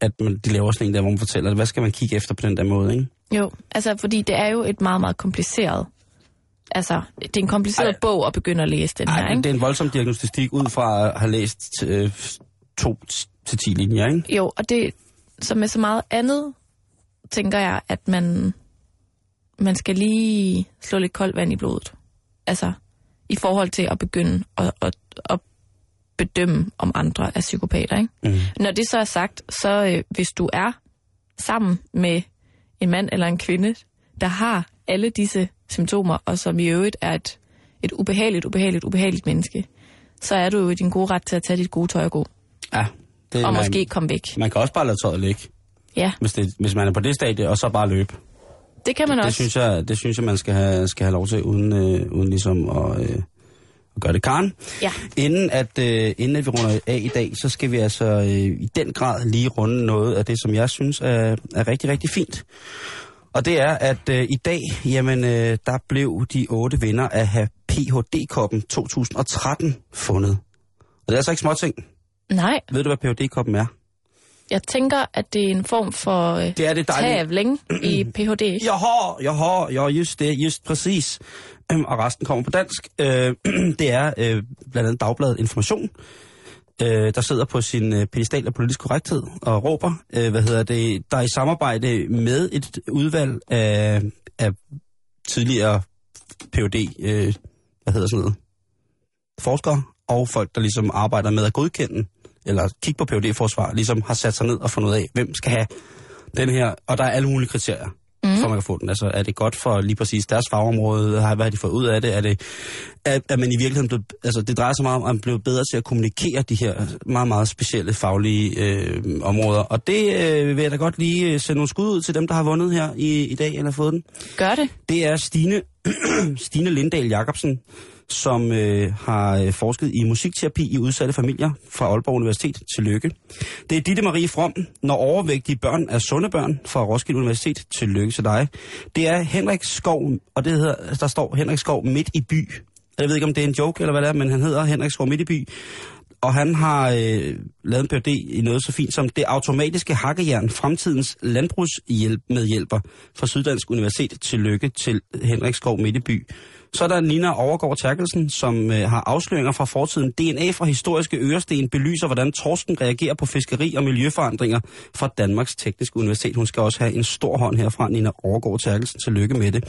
Speaker 5: at man, de laver sådan en der, hvor man fortæller, hvad skal man kigge efter på den der måde, ikke?
Speaker 4: jo, altså, fordi det er jo et meget, meget kompliceret... Altså, det er en kompliceret
Speaker 5: Ej.
Speaker 4: Ej. bog at begynde at læse den her,
Speaker 5: Ej,
Speaker 4: ikke?
Speaker 5: men det er en voldsom diagnostistik ud fra at have læst øh, to t- til ti linjer, ikke?
Speaker 4: Jo, og det, som med så meget andet, tænker jeg, at man, man skal lige slå lidt koldt vand i blodet. Altså, i forhold til at begynde at, at, at bedømme, om andre er psykopater. Ikke? Mm. Når det så er sagt, så øh, hvis du er sammen med en mand eller en kvinde, der har alle disse symptomer, og som i øvrigt er et, et ubehageligt, ubehageligt, ubehageligt menneske, så er du jo i din gode ret til at tage dit gode tøj og gå,
Speaker 5: Ja. Det,
Speaker 4: og
Speaker 5: man,
Speaker 4: måske komme væk.
Speaker 5: Man kan også bare lade tøjet ligge,
Speaker 4: Ja.
Speaker 5: hvis, det, hvis man er på det stadie, og så bare løbe.
Speaker 4: Det kan man
Speaker 5: Det
Speaker 4: også.
Speaker 5: synes jeg, det synes jeg man skal have, skal have lov til, uden, øh, uden ligesom at, øh, at gøre det. Karen,
Speaker 4: Ja.
Speaker 5: inden, at, øh, inden at vi runder af i dag, så skal vi altså øh, i den grad lige runde noget af det, som jeg synes er, er rigtig, rigtig fint. Og det er, at øh, i dag, jamen, øh, der blev de otte vinder af have PHD-koppen 2013 fundet. Og det er altså ikke småting.
Speaker 4: Nej,
Speaker 5: Ved du, hvad PHD-koppen er?
Speaker 4: jeg tænker, at det er en form for øh,
Speaker 5: Det er det dejlige. *clears throat*
Speaker 4: tavling i Ph.D. ikke?
Speaker 5: Jaha, jaha, ja, just det, just præcis. Øhm, Og resten kommer på dansk. Øh, *clears throat* Det er øh, blandt andet Dagbladet Information, øh, der sidder på sin øh, pedestal af politisk korrekthed og råber, øh, hvad hedder det, der er i samarbejde med et udvalg af, af tidligere PhD, øh, hvad hedder sådan noget, forskere og folk, der ligesom arbejder med at godkende eller kigge på phd forsvar ligesom har sat sig ned og fundet ud af, hvem skal have den her, og der er alle mulige kriterier, mm. for man kan få den. Altså, er det godt for lige præcis deres fagområde? Har- Hvad har de fået ud af det? Er, det, er, er man i virkeligheden blevet, altså, det drejer sig meget om, at man bliver bedre til at kommunikere de her meget, meget specielle faglige øh, områder. Og det øh, vil jeg da godt lige øh, sende nogle skud ud til dem, der har vundet her i, i dag, eller fået den.
Speaker 4: Gør det.
Speaker 5: Det er Stine, *clears throat* Stine Lindahl Jacobsen, som øh, har øh, forsket i musikterapi i udsatte familier fra Aalborg Universitet. Tillykke. Det er Ditte Marie From, når overvægtige børn er sunde børn fra Roskilde Universitet. Tillykke til dig. Det er Henrik Skov, og det hedder, der står Henrik Skov midt i by. Jeg ved ikke, om det er en joke eller hvad det er, men han hedder Henrik Skov midt i by. Og han har øh, lavet en PhD i noget så fint som det automatiske hakkejern, fremtidens landbrugshjælp med hjælper fra Syddansk Universitet. Tillykke til Henrik Skov Midteby. Så er der Nina Overgaard Terkelsen, som øh, har afsløringer fra fortiden. DNA fra historiske øresten belyser, hvordan torsken reagerer på fiskeri og miljøforandringer fra Danmarks Tekniske Universitet. Hun skal også have en stor hånd herfra, Nina Overgaard Terkelsen. Tillykke med det.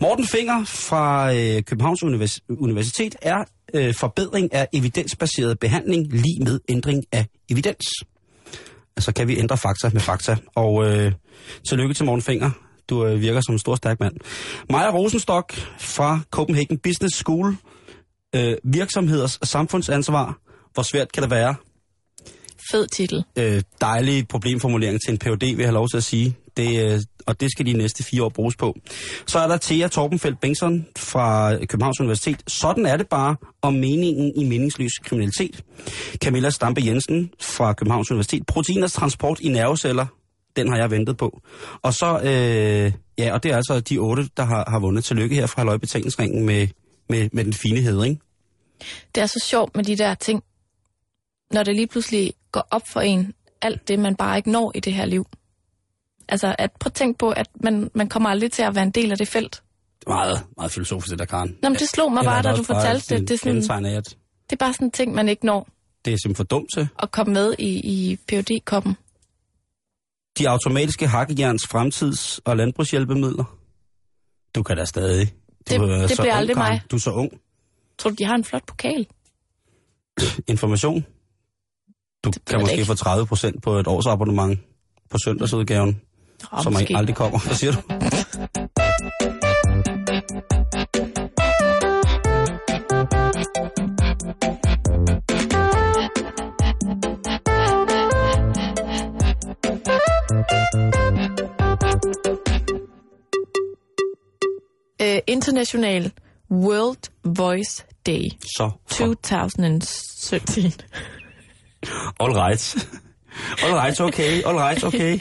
Speaker 5: Morten Finger fra øh, Københavns Univers- Universitet er øh, forbedring af evidensbaseret behandling lige med ændring af evidens. Altså kan vi ændre fakta med fakta. Og øh, tillykke til Morten Finger. Du øh, virker som en stor, stærk mand. Maja Rosenstok fra Copenhagen Business School. Øh, virksomheders samfundsansvar. Hvor svært kan det være?
Speaker 4: Fed titel.
Speaker 5: Øh, dejlig problemformulering til en PhD, vil jeg have lov til at sige. Det, øh, og det skal de næste fire år bruges på. Så er der Thea Torbenfeldt Bengtsson fra Københavns Universitet. Sådan er det bare om meningen i meningsløs kriminalitet. Camilla Stampe Jensen fra Københavns Universitet. Proteiners transport i nerveceller. Den har jeg ventet på. Og så, øh, ja, og det er altså de otte, der har, har vundet. Tillykke her fra Løgbetalingsringen med, med, med den fine hedring.
Speaker 4: Det er så sjovt med de der ting, når det lige pludselig går op for en, alt det, man bare ikke når i det her liv. Altså, at, prøv at tænke på, at man, man kommer aldrig til at være en del af det felt.
Speaker 5: Meget, meget filosofisk, det der, Karen.
Speaker 4: Nå, men det slog mig
Speaker 5: Eller er
Speaker 4: bare,
Speaker 5: der
Speaker 4: da du
Speaker 5: også bare
Speaker 4: fortalte
Speaker 5: sådan
Speaker 4: det. Det er, sådan,
Speaker 5: kendetegn af, at
Speaker 4: det er bare sådan en ting, man ikke når
Speaker 5: det er simpelthen for dumt til.
Speaker 4: at komme med i, i phd koppen
Speaker 5: De automatiske hakkejerns fremtids- og landbrugshjælpemidler. Du kan da stadig. Du
Speaker 4: Det-
Speaker 5: er
Speaker 4: det
Speaker 5: så
Speaker 4: bliver
Speaker 5: ung,
Speaker 4: aldrig
Speaker 5: Karen.
Speaker 4: mig.
Speaker 5: Du er så ung.
Speaker 4: Tror du, de har en flot pokal?
Speaker 5: Information. Du
Speaker 4: ved jeg
Speaker 5: kan måske
Speaker 4: ikke.
Speaker 5: få 30 procent på et års abonnement på søndagsudgaven,
Speaker 4: Oh,
Speaker 5: som måske. aldrig kommer. Hvad siger du?
Speaker 4: Uh, International World Voice Day
Speaker 5: Så.
Speaker 4: 2017.
Speaker 5: All right. All right, okay. All right,
Speaker 4: *laughs*
Speaker 5: okay.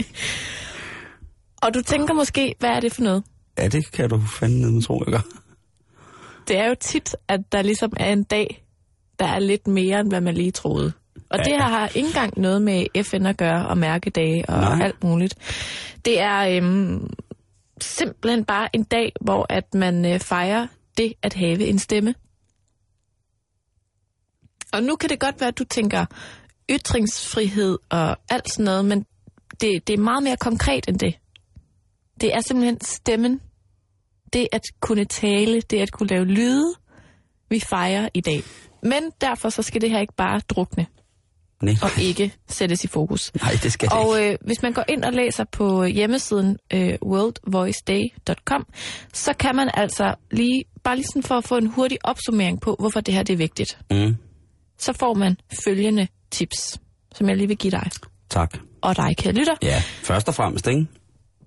Speaker 4: Og du tænker måske, hvad er det for noget?
Speaker 5: Ja, det kan du fandme tro, jeg gør.
Speaker 4: Det er jo tit, at der ligesom er en dag, der er lidt mere, end hvad man lige troede. Og det her har ikke engang noget med FN at gøre, og mærkedage og
Speaker 5: Nej.
Speaker 4: Nej. alt muligt. Det er øhm, simpelthen bare en dag, hvor at man øh, fejrer det at have en stemme. Og nu kan det godt være, at du tænker ytringsfrihed og alt sådan noget, men det, det er meget mere konkret end det. Det er simpelthen stemmen. Det at kunne tale, det at kunne lave lyde, vi fejrer i dag. Men derfor så skal det her ikke bare drukne
Speaker 5: Nej,
Speaker 4: og ikke sættes i fokus.
Speaker 5: Nej det skal det
Speaker 4: Og
Speaker 5: ikke.
Speaker 4: øh, hvis man går ind og læser på hjemmesiden øh, worldvoiceday.com, så kan man altså lige, bare lige sådan for at få en hurtig opsummering på, hvorfor det her det er vigtigt.
Speaker 5: Mm,
Speaker 4: Så får man følgende tips, som jeg lige vil give dig
Speaker 5: tak.
Speaker 4: og dig, kære lytter.
Speaker 5: Ja, først og fremmest, ikke?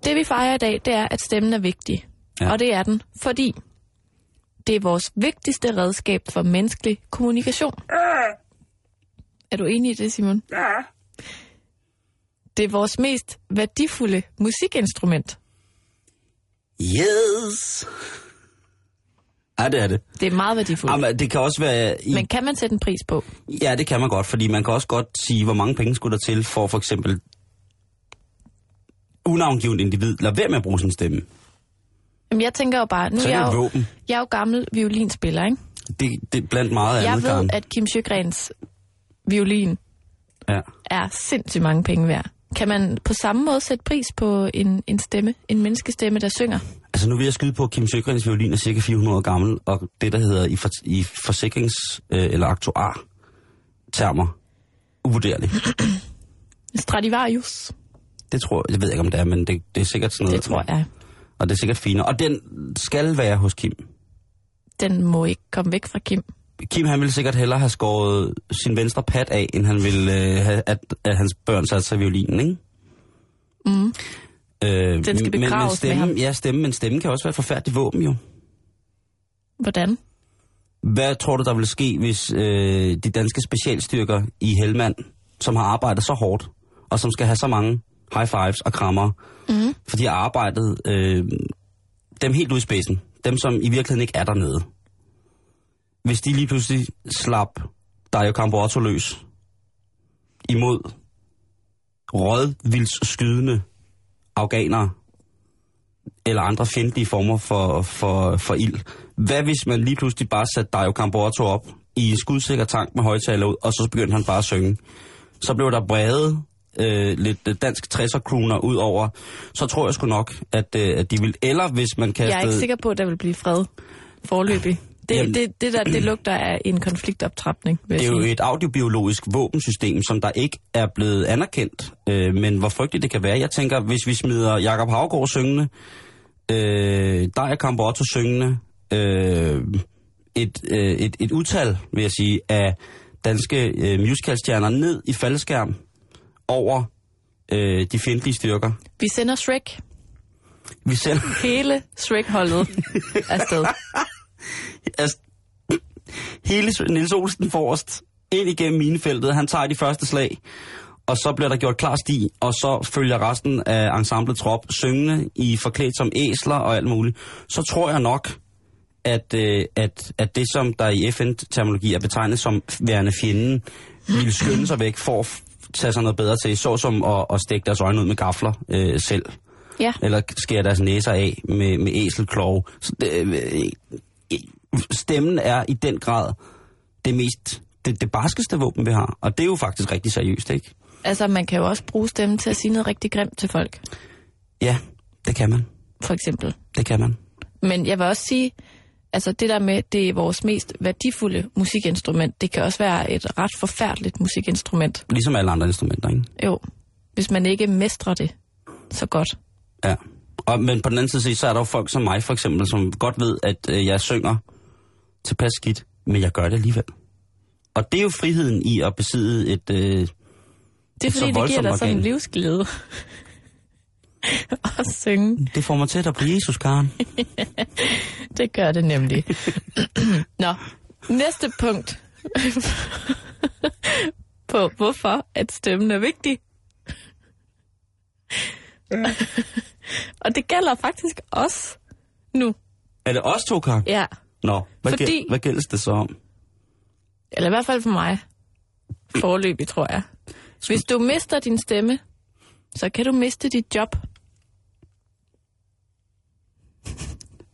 Speaker 4: Det vi fejrer i dag, det er, at stemmen er vigtig.
Speaker 5: Ja.
Speaker 4: Ja. Og det er den, fordi det er vores vigtigste redskab for menneskelig kommunikation. Er du enig i det, Simon? Ja. Det er vores mest værdifulde musikinstrument.
Speaker 5: Yes! Ja, det er det.
Speaker 4: Det er meget værdifuldt.
Speaker 5: Jamen, det kan også være... I,
Speaker 4: Men kan man sætte en pris på?
Speaker 5: Ja, det kan man godt, fordi man kan også godt sige, hvor mange penge skulle der til for for eksempel unavngivet individ lader være med at bruge sin stemme,
Speaker 4: Jamen, jeg tænker jo bare, nu
Speaker 5: så
Speaker 4: er
Speaker 5: er
Speaker 4: jeg
Speaker 5: det et
Speaker 4: jo,
Speaker 5: våben.
Speaker 4: jeg er jo gammel violinspiller, ikke?
Speaker 5: Det, det er blandt meget
Speaker 4: Jeg
Speaker 5: andet, Karen.
Speaker 4: ved, at Kim Sjøgrens violin
Speaker 5: Ja.
Speaker 4: er sindssygt mange penge værd. Kan man på samme måde sætte pris på en, en stemme, en menneskestemme, der synger?
Speaker 5: Altså nu vil jeg skyde på, at Kim Sjøgrens violin er cirka 400 år gammel, og det, der hedder i, for, i forsikrings- øh, eller aktuar-termer, uvurderlig.
Speaker 4: Stradivarius,
Speaker 5: Det tror jeg, jeg ved ikke, om det er, men det, det er sikkert sådan noget.
Speaker 4: det tror jeg.
Speaker 5: Og det er sikkert finere. Og den skal være hos Kim.
Speaker 4: Den må ikke komme væk fra Kim.
Speaker 5: Kim, han ville sikkert hellere have skåret sin venstre pat af, end han ville øh, have, at, at hans børn satte sig i violinen, ikke?
Speaker 4: Mm.
Speaker 5: Øh,
Speaker 4: Den skal
Speaker 5: men, men
Speaker 4: begraves med
Speaker 5: stemme,
Speaker 4: ham.
Speaker 5: Ja, stemme, men stemme kan også være et forfærdeligt våben, jo.
Speaker 4: Hvordan?
Speaker 5: Hvad tror du, der vil ske, hvis øh, de danske specialstyrker i Helmand, som har arbejdet så hårdt, og som skal have så mange high fives og krammer, mm. for de har arbejdet øh, dem helt ud i spidsen, dem som i virkeligheden ikke er dernede. Hvis de lige pludselig slap Dario Camporotto løs imod rådvilds skydende afghanere, eller andre fjendtlige former for, for, for ild. Hvad hvis man lige pludselig bare satte Dario Camporto op i en skudsikker tank med højtaler ud, og så begyndte han bare at synge? Så blev der brevet øh, lidt øh, dansk 60'er kroner ud over, så tror jeg sgu nok, at, øh, at de vil, eller hvis man kastede...
Speaker 4: Jeg er ikke sikker på, at der vil blive fred forløbig.
Speaker 5: Jamen-
Speaker 4: Det, det, det, der, det lugter af en konfliktoptrapning, vil jeg
Speaker 5: Det er jo
Speaker 4: sige.
Speaker 5: et audiobiologisk våbensystem, som der ikke er blevet anerkendt. Øh, men hvor frygteligt det kan være. Jeg tænker, hvis vi smider Jakob Havgård syngende, øh, Daja Kamporto syngende, øh, et, øh, et, et utal, vil jeg sige, af danske øh, musicalstjerner ned i faldskærm over øh, de fjendtlige styrker.
Speaker 4: Vi sender Shrek,
Speaker 5: Vi selv...
Speaker 4: hele
Speaker 5: *laughs*
Speaker 4: Shrek-holdet afsted.
Speaker 5: altså, *clears throat* hele Nils Olsen forrest ind igennem minefeltet. Han tager de første slag, og så bliver der gjort klar sti, og så følger resten af ensemble trop syngende i forklædt som æsler og alt muligt. Så tror jeg nok, at, øh, at, at det, som der i FN-terminologi er betegnet som værende fjenden, ville skynde sig væk for at f- tage sig noget bedre til, såsom at, at stikke deres øjne ud med gafler øh, selv
Speaker 4: Ja,
Speaker 5: eller skærer deres næser af med, med æselklove. Så det, øh, øh, stemmen er i den grad det mest det, det barskeste våben, vi har. Og det er jo faktisk rigtig seriøst, ikke?
Speaker 4: altså man kan jo også bruge stemmen til at sige noget rigtig grimt til folk,
Speaker 5: Ja, det kan man.
Speaker 4: for eksempel.
Speaker 5: Det kan man.
Speaker 4: Men jeg vil også sige, altså det der med, det er vores mest værdifulde musikinstrument. Det kan også være et ret forfærdeligt musikinstrument.
Speaker 5: Ligesom alle andre instrumenter, ikke?
Speaker 4: Jo, hvis man ikke mestrer det så godt.
Speaker 5: Ja. Og, men på den anden side, set, så er der jo folk som mig, for eksempel, som godt ved, at øh, jeg synger tilpas skidt, men jeg gør det alligevel. Og det er jo friheden i at besidde et... Øh,
Speaker 4: Det er
Speaker 5: Så
Speaker 4: fordi, det giver
Speaker 5: voldsomt
Speaker 4: dig sådan en
Speaker 5: organ.
Speaker 4: livsglæde. *laughs* at synge,
Speaker 5: det får mig til at blive Jesus,
Speaker 4: *laughs*
Speaker 5: Karen.
Speaker 4: det gør det
Speaker 5: *laughs*
Speaker 4: nemlig. Nå, næste punkt *laughs* på, hvorfor at stemmen er vigtig. *laughs* Og det gælder faktisk også nu.
Speaker 5: Er det os to, Karen?
Speaker 4: Ja.
Speaker 5: Nå, hvad,
Speaker 4: Fordi-
Speaker 5: gæld, hvad gælder det så om?
Speaker 4: Eller i hvert fald for mig. Forløbig, tror jeg. Hvis du mister din stemme, så kan du miste dit job.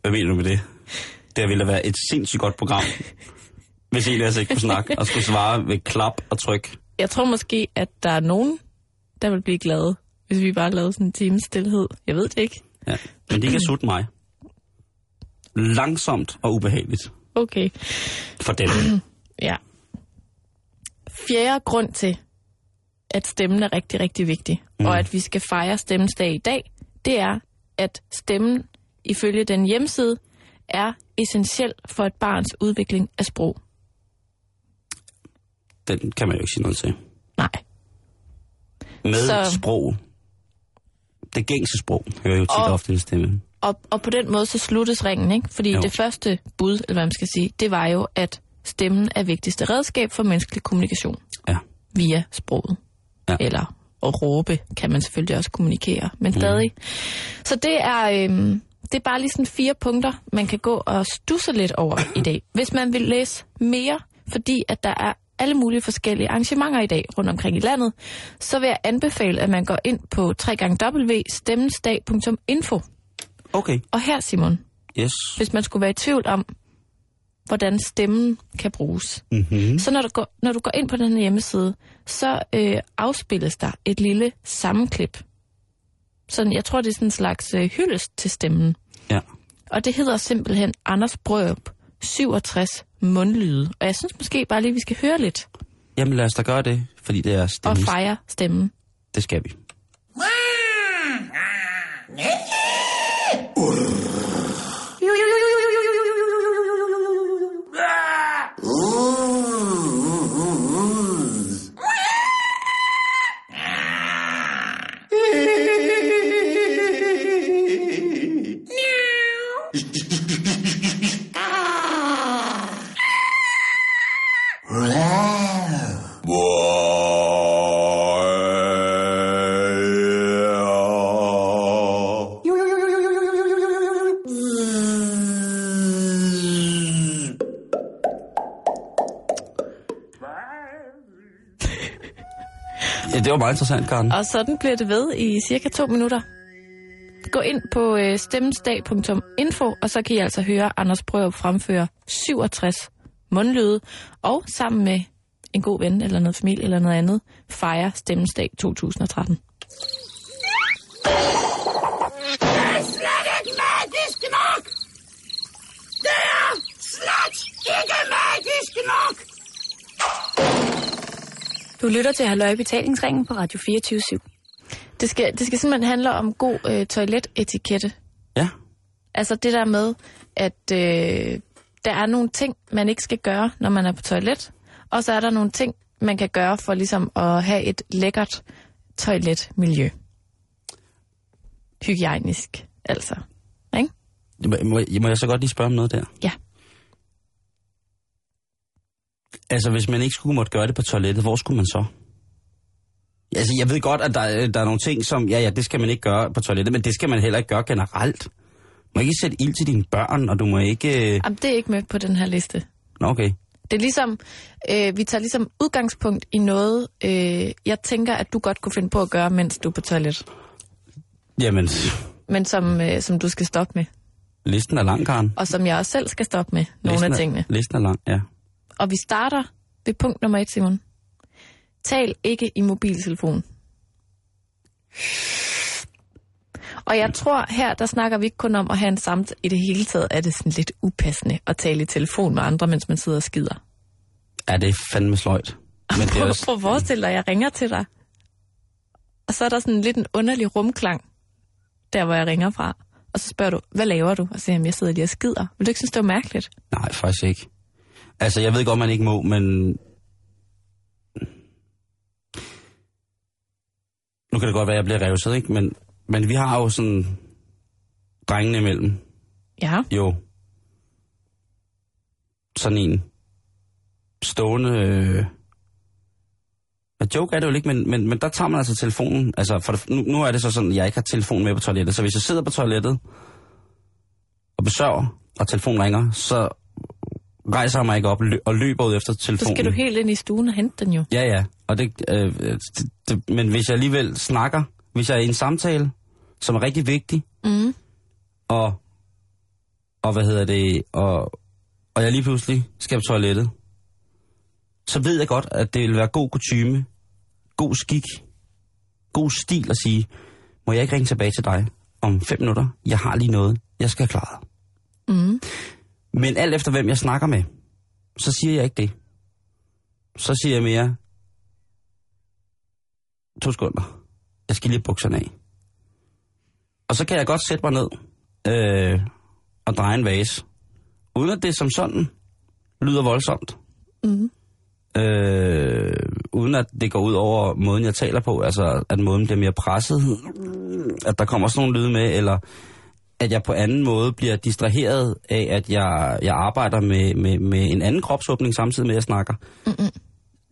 Speaker 5: Hvad mener du med det? Det ville da være et sindssygt godt program, hvis en af os ikke kunne snakke og skulle svare ved klap og tryk.
Speaker 4: Jeg tror måske, at der er nogen, der vil blive glade, hvis vi bare lavede sådan en times stillhed. Jeg ved det ikke.
Speaker 5: Ja. Men det kan sutte mig. Langsomt og ubehageligt
Speaker 4: Okay.
Speaker 5: for dem.
Speaker 4: Ja. Fjerde grund til, at stemmen er rigtig, rigtig vigtig, mm. og at vi skal fejre stemmens dag i dag, det er, at stemmen, ifølge den hjemmeside, er essentiel for et barns udvikling af sprog.
Speaker 5: Den kan man jo ikke sige noget til.
Speaker 4: Nej.
Speaker 5: Med
Speaker 4: Så-
Speaker 5: så... sprog. Det gængse sprog hører jo tit
Speaker 4: Og-
Speaker 5: og... ofte en stemme.
Speaker 4: Og, og på den måde så sluttes ringen, ikke? Fordi jo.
Speaker 5: Jo.
Speaker 4: det første bud, eller hvad man skal sige, det var jo, at stemmen er vigtigste redskab for menneskelig kommunikation
Speaker 5: Ja.
Speaker 4: via sproget.
Speaker 5: Ja.
Speaker 4: Eller og råbe kan man selvfølgelig også kommunikere, men stadig. Så det er, øhm, det er bare lige sådan fire punkter, man kan gå og stusse lidt over i dag, hvis man vil læse mere, fordi at der er alle mulige forskellige arrangementer i dag rundt omkring i landet, så vil jeg anbefale, at man går ind på www.stemmensdag.info.
Speaker 5: Okay,
Speaker 4: Og her, Simon,
Speaker 5: yes.
Speaker 4: hvis man skulle være i tvivl om, hvordan stemmen kan bruges.
Speaker 5: Mm-hmm.
Speaker 4: Så når du, går, når du går ind på den her hjemmeside, så øh, afspilles der et lille sammenklip. Sådan, jeg tror, det er sådan en slags øh, hyldest til stemmen.
Speaker 5: Ja.
Speaker 4: Og det hedder simpelthen Anders Brørup 67 mundlyde. Og jeg synes måske bare lige, vi skal høre lidt
Speaker 5: Jamen lad os da gøre det, fordi det er
Speaker 4: og
Speaker 5: stemmen.
Speaker 4: fejre stemmen.
Speaker 5: Det skal vi. Ja, det var meget interessant, Karen.
Speaker 4: Og sådan bliver det ved i cirka to minutter. Gå ind på øh, stemmensdag.info, og så kan I altså høre Anders Brørup fremføre 67 mundlyde, og sammen med en god ven eller noget familie eller noget andet, fejre Stemmensdag 2013.
Speaker 6: Du lytter til Halløj i Betalingsringen på Radio 24 /7.
Speaker 4: Det skal, det skal simpelthen handle om god øh, toiletetikette.
Speaker 5: Ja,
Speaker 4: Altså det der med, at øh, der er nogle ting, man ikke skal gøre, når man er på toilet. Og så er der nogle ting, man kan gøre for ligesom at have et lækkert toiletmiljø. Hygiejnisk, altså. Ikke?
Speaker 5: må, må- må jeg så godt lige spørge om noget der?
Speaker 4: Ja.
Speaker 5: Altså, hvis man ikke skulle måtte gøre det på toilettet, hvor skulle man så? Altså, jeg ved godt, at der, er- der er nogle ting, som, ja, ja, det skal man ikke gøre på toilettet, men det skal man heller ikke gøre generelt. Du må ikke sætte ild til dine børn, og du må ikke... øh,
Speaker 4: Jamen, det er ikke med på den her liste.
Speaker 5: Nå, okay.
Speaker 4: Det er ligesom, øh, vi tager ligesom udgangspunkt i noget, øh, jeg tænker, at du godt kunne finde på at gøre, mens du er på toilet.
Speaker 5: Jamen,
Speaker 4: Men som, øh, som du skal stoppe med.
Speaker 5: listen er lang, Karen.
Speaker 4: Og som jeg også selv skal stoppe med, nogle
Speaker 5: listen
Speaker 4: af
Speaker 5: er,
Speaker 4: tingene.
Speaker 5: Listen er lang, ja.
Speaker 4: Og vi starter ved punkt nummer et, Simon. Tal ikke i mobiltelefon. Og jeg tror, her der snakker vi ikke kun om at have en samtale. I det hele taget er det sådan lidt upassende at tale i telefon med andre, mens man sidder og skider.
Speaker 5: Ja, det er fandme sløjt. Men
Speaker 4: *laughs*
Speaker 5: det er
Speaker 4: Prøv,
Speaker 5: også...
Speaker 4: prøv at forestille dig, jeg ringer til dig. Og så er der sådan lidt en underlig rumklang, der hvor jeg ringer fra. Og så spørger du, hvad laver du? Og så siger jeg, "Jamen, jeg sidder lige og skider. Vil du ikke synes, det var mærkeligt?
Speaker 5: Nej, faktisk ikke. Altså, jeg ved godt, man ikke må, men... Nu kan det godt være, at jeg bliver revset, ikke? Men, men vi har jo sådan... Drengene imellem,
Speaker 4: Ja.
Speaker 5: jo... Sådan en... Stående... Øh, og joke er det jo ikke, men, men, men der tager man altså telefonen. Altså, for det, nu, nu er det så sådan, at jeg ikke har telefonen med på toilettet. Så hvis jeg sidder på toilettet og besøger, og telefonen ringer, så rejser jeg mig ikke op lø- og løber ud efter
Speaker 4: Så
Speaker 5: telefonen.
Speaker 4: skal du helt ind i stuen og hente den jo.
Speaker 5: Ja, ja. Og det, øh, det, det, men hvis jeg alligevel snakker, hvis jeg er i en samtale, som er rigtig vigtig,
Speaker 4: Mm.
Speaker 5: og, og hvad hedder det, og, og jeg lige pludselig skal på toilettet, så ved jeg godt, at det vil være god kutume, god skik, god stil at sige, må jeg ikke ringe tilbage til dig om fem minutter? Jeg har lige noget, jeg skal have klaret.
Speaker 4: Mm.
Speaker 5: Men alt efter hvem jeg snakker med, så siger jeg ikke det. Så siger jeg mere, to sekunder, jeg skal lige have bukserne af. Og så kan jeg godt sætte mig ned øh, og dreje en vase, uden at det som sådan lyder voldsomt.
Speaker 4: Mm.
Speaker 5: Øh, uden at det går ud over måden, jeg taler på, altså at måden bliver mere presset, at der kommer sådan nogle lyde med, eller at jeg på anden måde bliver distraheret af, at jeg, jeg arbejder med, med, med en anden kropsåbning samtidig med, at jeg snakker. Mm-mm.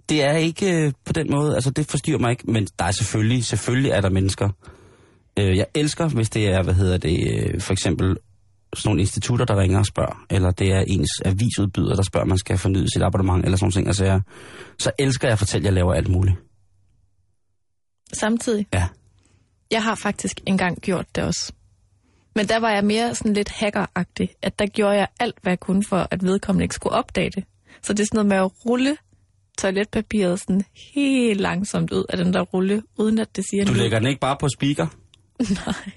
Speaker 5: Det er ikke øh, på den måde, altså det forstyrrer mig ikke, men der er selvfølgelig, selvfølgelig er der mennesker. Øh, jeg elsker, hvis det er, hvad hedder det, øh, for eksempel sådan nogle institutter, der ringer og spørger, eller det er ens avisudbyder, der spørger, om man skal fornyet sit abonnement, eller sådan nogle ting, og sager, så elsker jeg at fortælle, at jeg laver alt muligt.
Speaker 4: samtidig.
Speaker 5: Ja.
Speaker 4: Jeg har faktisk engang gjort det også. Men der var jeg mere sådan lidt hackeragtig, at der gjorde jeg alt, hvad jeg kunne for, at vedkommende ikke skulle opdage det. Så det er sådan noget med at rulle toiletpapiret sådan helt langsomt ud af den der rulle, uden at det siger
Speaker 5: Du
Speaker 4: en lyd.
Speaker 5: lægger den ikke bare på speaker?
Speaker 4: Nej.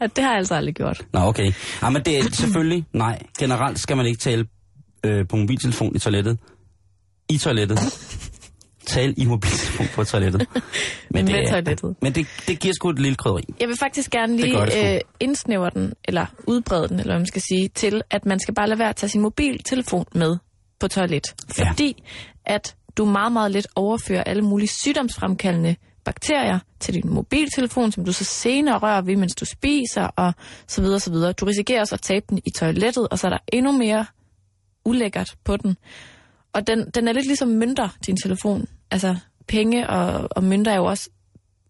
Speaker 4: Ja, det har jeg altså aldrig gjort.
Speaker 5: Nå, okay. Ja, men det er selvfølgelig, nej. Generelt skal man ikke tale øh, på mobiltelefon i toilettet. I toilettet. Tal i mobiltelefon på toilettet. Men
Speaker 4: Med
Speaker 5: det,
Speaker 4: toilettet.
Speaker 5: Men det, det giver sgu et lille krydderi.
Speaker 4: Jeg vil faktisk gerne
Speaker 5: Det gør det sgu.
Speaker 4: lige øh, indsnævre den, eller udbrede den, eller hvad man skal sige, til at man skal bare lade være at tage sin mobiltelefon med på toilet.
Speaker 5: Ja.
Speaker 4: Fordi at du meget, meget let overfører alle mulige sygdomsfremkaldende bakterier til din mobiltelefon, som du så senere rører ved, mens du spiser, og så videre, så videre. Du risikerer også at tabe den i toilettet, og så er der endnu mere ulækkert på den. Og den, den er lidt ligesom mønter, din telefon. Altså penge og, og mønter er jo også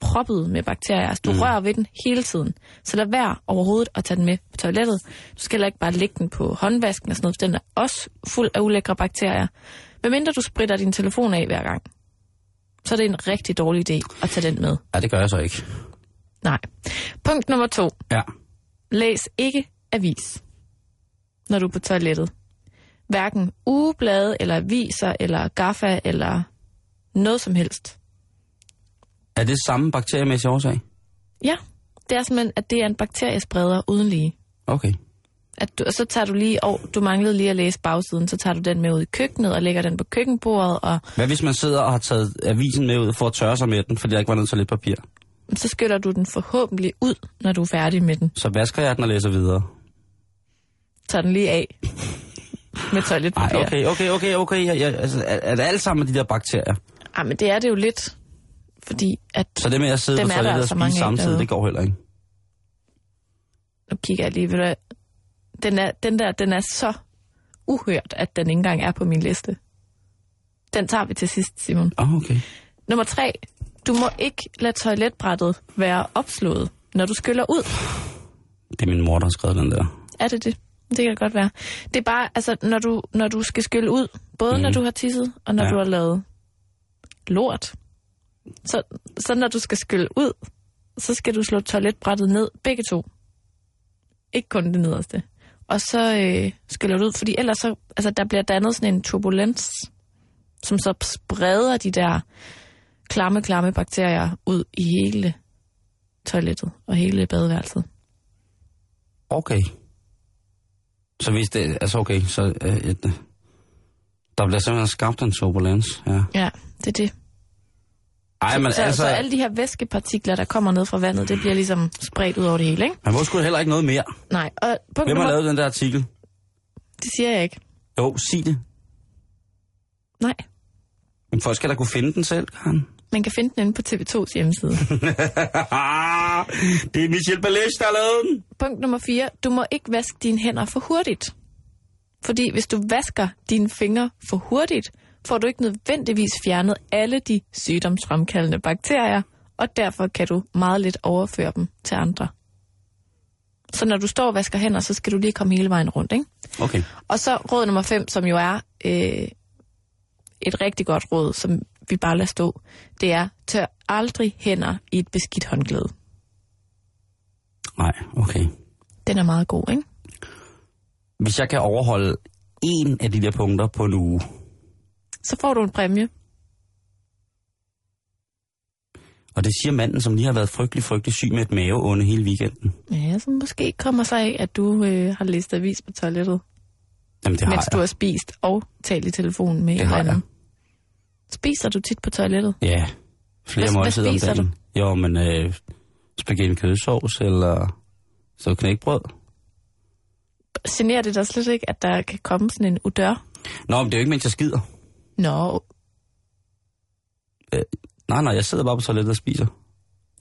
Speaker 4: proppet med bakterier. Altså, du mm. rører ved den hele tiden. Så lad være overhovedet at tage den med på toilettet. Du skal heller ikke bare lægge den på håndvasken og sådan noget, for den er også fuld af ulækre bakterier. Medmindre du spritter din telefon af hver gang, så er det en rigtig dårlig idé at tage den med.
Speaker 5: Ja, det gør jeg så ikke.
Speaker 4: Nej. Punkt nummer to.
Speaker 5: Ja.
Speaker 4: Læs ikke avis, når du er på toilettet. Hverken ugeblade, eller aviser, eller gaffa, eller noget som helst.
Speaker 5: Er det samme bakteriemæssige årsag?
Speaker 4: Ja, det er simpelthen, at det er en bakteriespreder uden lige.
Speaker 5: Okay.
Speaker 4: At du, og så tager du lige, og du manglede lige at læse bagsiden, så tager du den med ud i køkkenet og lægger den på køkkenbordet, og
Speaker 5: Hvad hvis man sidder og har taget avisen med ud for at tørre sig med den, fordi der ikke var noget toiletpapir?
Speaker 4: så skyller du den forhåbentlig ud, når du er færdig med den.
Speaker 5: Så vasker jeg den og læser videre.
Speaker 4: Tager den lige
Speaker 5: *laughs*
Speaker 4: af med
Speaker 5: Nej,
Speaker 4: toiletpapir.
Speaker 5: okay, okay, okay, okay. Jeg, jeg, altså, er, er det alle sammen de der bakterier?
Speaker 4: Ej, men det er det jo lidt, fordi at,
Speaker 5: Så det med at sidde
Speaker 4: Dem
Speaker 5: på
Speaker 4: er der
Speaker 5: toilettet
Speaker 4: altså
Speaker 5: og
Speaker 4: mange
Speaker 5: spise
Speaker 4: af
Speaker 5: samtidig,
Speaker 4: derude.
Speaker 5: det går heller ikke.
Speaker 4: nu kigger jeg lige, ved du, hvad, den, er, den der, den er så uhørt, at den ikke engang er på min liste. Den tager vi til sidst, Simon.
Speaker 5: Åh, oh, okay.
Speaker 4: Nummer tre. Du må ikke lade toiletbrættet være opslået, når du skyller ud.
Speaker 5: Det er min mor, der har skrevet den der.
Speaker 4: Er det det? Det kan det godt være. Det er bare, altså, når du, når du skal skylle ud, både mm. når du har tisset, og når
Speaker 5: Ja.
Speaker 4: ja. du har lavet lort, så, så når du skal skylle ud, så skal du slå toiletbrættet ned, begge to. Ikke kun det nederste. Og så øh, skyller du ud, fordi ellers så, altså, der bliver dannet sådan en turbulens, som så spreder de der klamme, klamme bakterier ud i hele toilettet og hele badeværelset.
Speaker 5: Okay. Så hvis det... Altså okay, så... Øh, et, der bliver simpelthen skabt en turbulens, ja.
Speaker 4: Ja, det er det.
Speaker 5: Ej, men
Speaker 4: så,
Speaker 5: altså...
Speaker 4: så alle de her væskepartikler, der kommer ned fra vandet, det bliver ligesom spredt ud over det hele, ikke?
Speaker 5: Man må sgu heller ikke noget mere.
Speaker 4: Nej, og
Speaker 5: Hvem
Speaker 4: punkt
Speaker 5: har
Speaker 4: nummer...
Speaker 5: lavet den der artikel?
Speaker 4: Det siger jeg ikke.
Speaker 5: Jo, sig det.
Speaker 4: Nej,
Speaker 5: Men folk skal da kunne finde den selv, Karen. *laughs*
Speaker 4: man kan finde den inde på TV2's hjemmeside.
Speaker 5: det er Michel Ballet, der har lavet den.
Speaker 4: punkt nummer 4. Du må ikke vaske dine hænder for hurtigt. Fordi hvis du vasker dine fingre for hurtigt, får du ikke nødvendigvis fjernet alle de sygdomsfremkaldende bakterier, og derfor kan du meget lidt overføre dem til andre. Så når du står og vasker hænder, så skal du lige komme hele vejen rundt, ikke?
Speaker 5: Okay.
Speaker 4: Og så råd nummer 5, som jo er øh, et rigtig godt råd, som vi bare lader stå, det er, tør aldrig hænder i et beskidt håndklæde.
Speaker 5: Nej, okay.
Speaker 4: Den er meget god, ikke?
Speaker 5: Hvis jeg kan overholde en af de der punkter på en uge,
Speaker 4: Så får du en præmie.
Speaker 5: og det siger manden, som lige har været frygtelig, frygtelig syg med et mave under hele weekenden.
Speaker 4: Ja, som måske kommer sig af, at du øh, har læst avis på toilettet,
Speaker 5: Jamen, det har
Speaker 4: mens du
Speaker 5: jeg.
Speaker 4: har spist og talt i telefonen med
Speaker 5: Det
Speaker 4: en
Speaker 5: har jeg.
Speaker 4: anden. Spiser du tit på toilettet?
Speaker 5: Ja, flere
Speaker 4: Hvad- hvad
Speaker 5: måltider om
Speaker 4: spiser
Speaker 5: dagen. Du? Jo, men øh, spaghetti med kødsovs, eller så knækbrød.
Speaker 4: Generer det dig slet ikke, at der kan komme sådan en udør?
Speaker 5: Nå, men det er jo ikke, mens jeg skider.
Speaker 4: Nå,
Speaker 5: Nej, nej, jeg sidder bare på toilettet og spiser.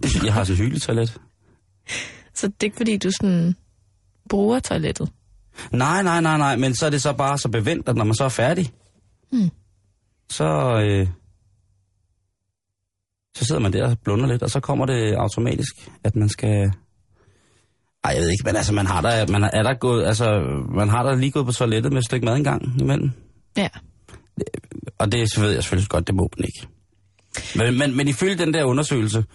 Speaker 5: Det synes jeg, jeg har så hyggeligt toilet.
Speaker 4: så det er ikke fordi, du sådan bruger toilettet.
Speaker 5: Nej, nej, nej, nej, men så er det så bare så bevendt, at når man så er færdig,
Speaker 4: Mm.
Speaker 5: så, øh, så sidder man der og blunder lidt, og så kommer det automatisk, at man skal... Ej, jeg ved ikke, men altså, man har der, man har, er der gået, altså, man har der lige gået på toilettet med et stykke mad engang imellem.
Speaker 4: Ja.
Speaker 5: Og det så ved jeg selvfølgelig godt, det må man ikke. Men, men, men ifølge den der undersøgelse,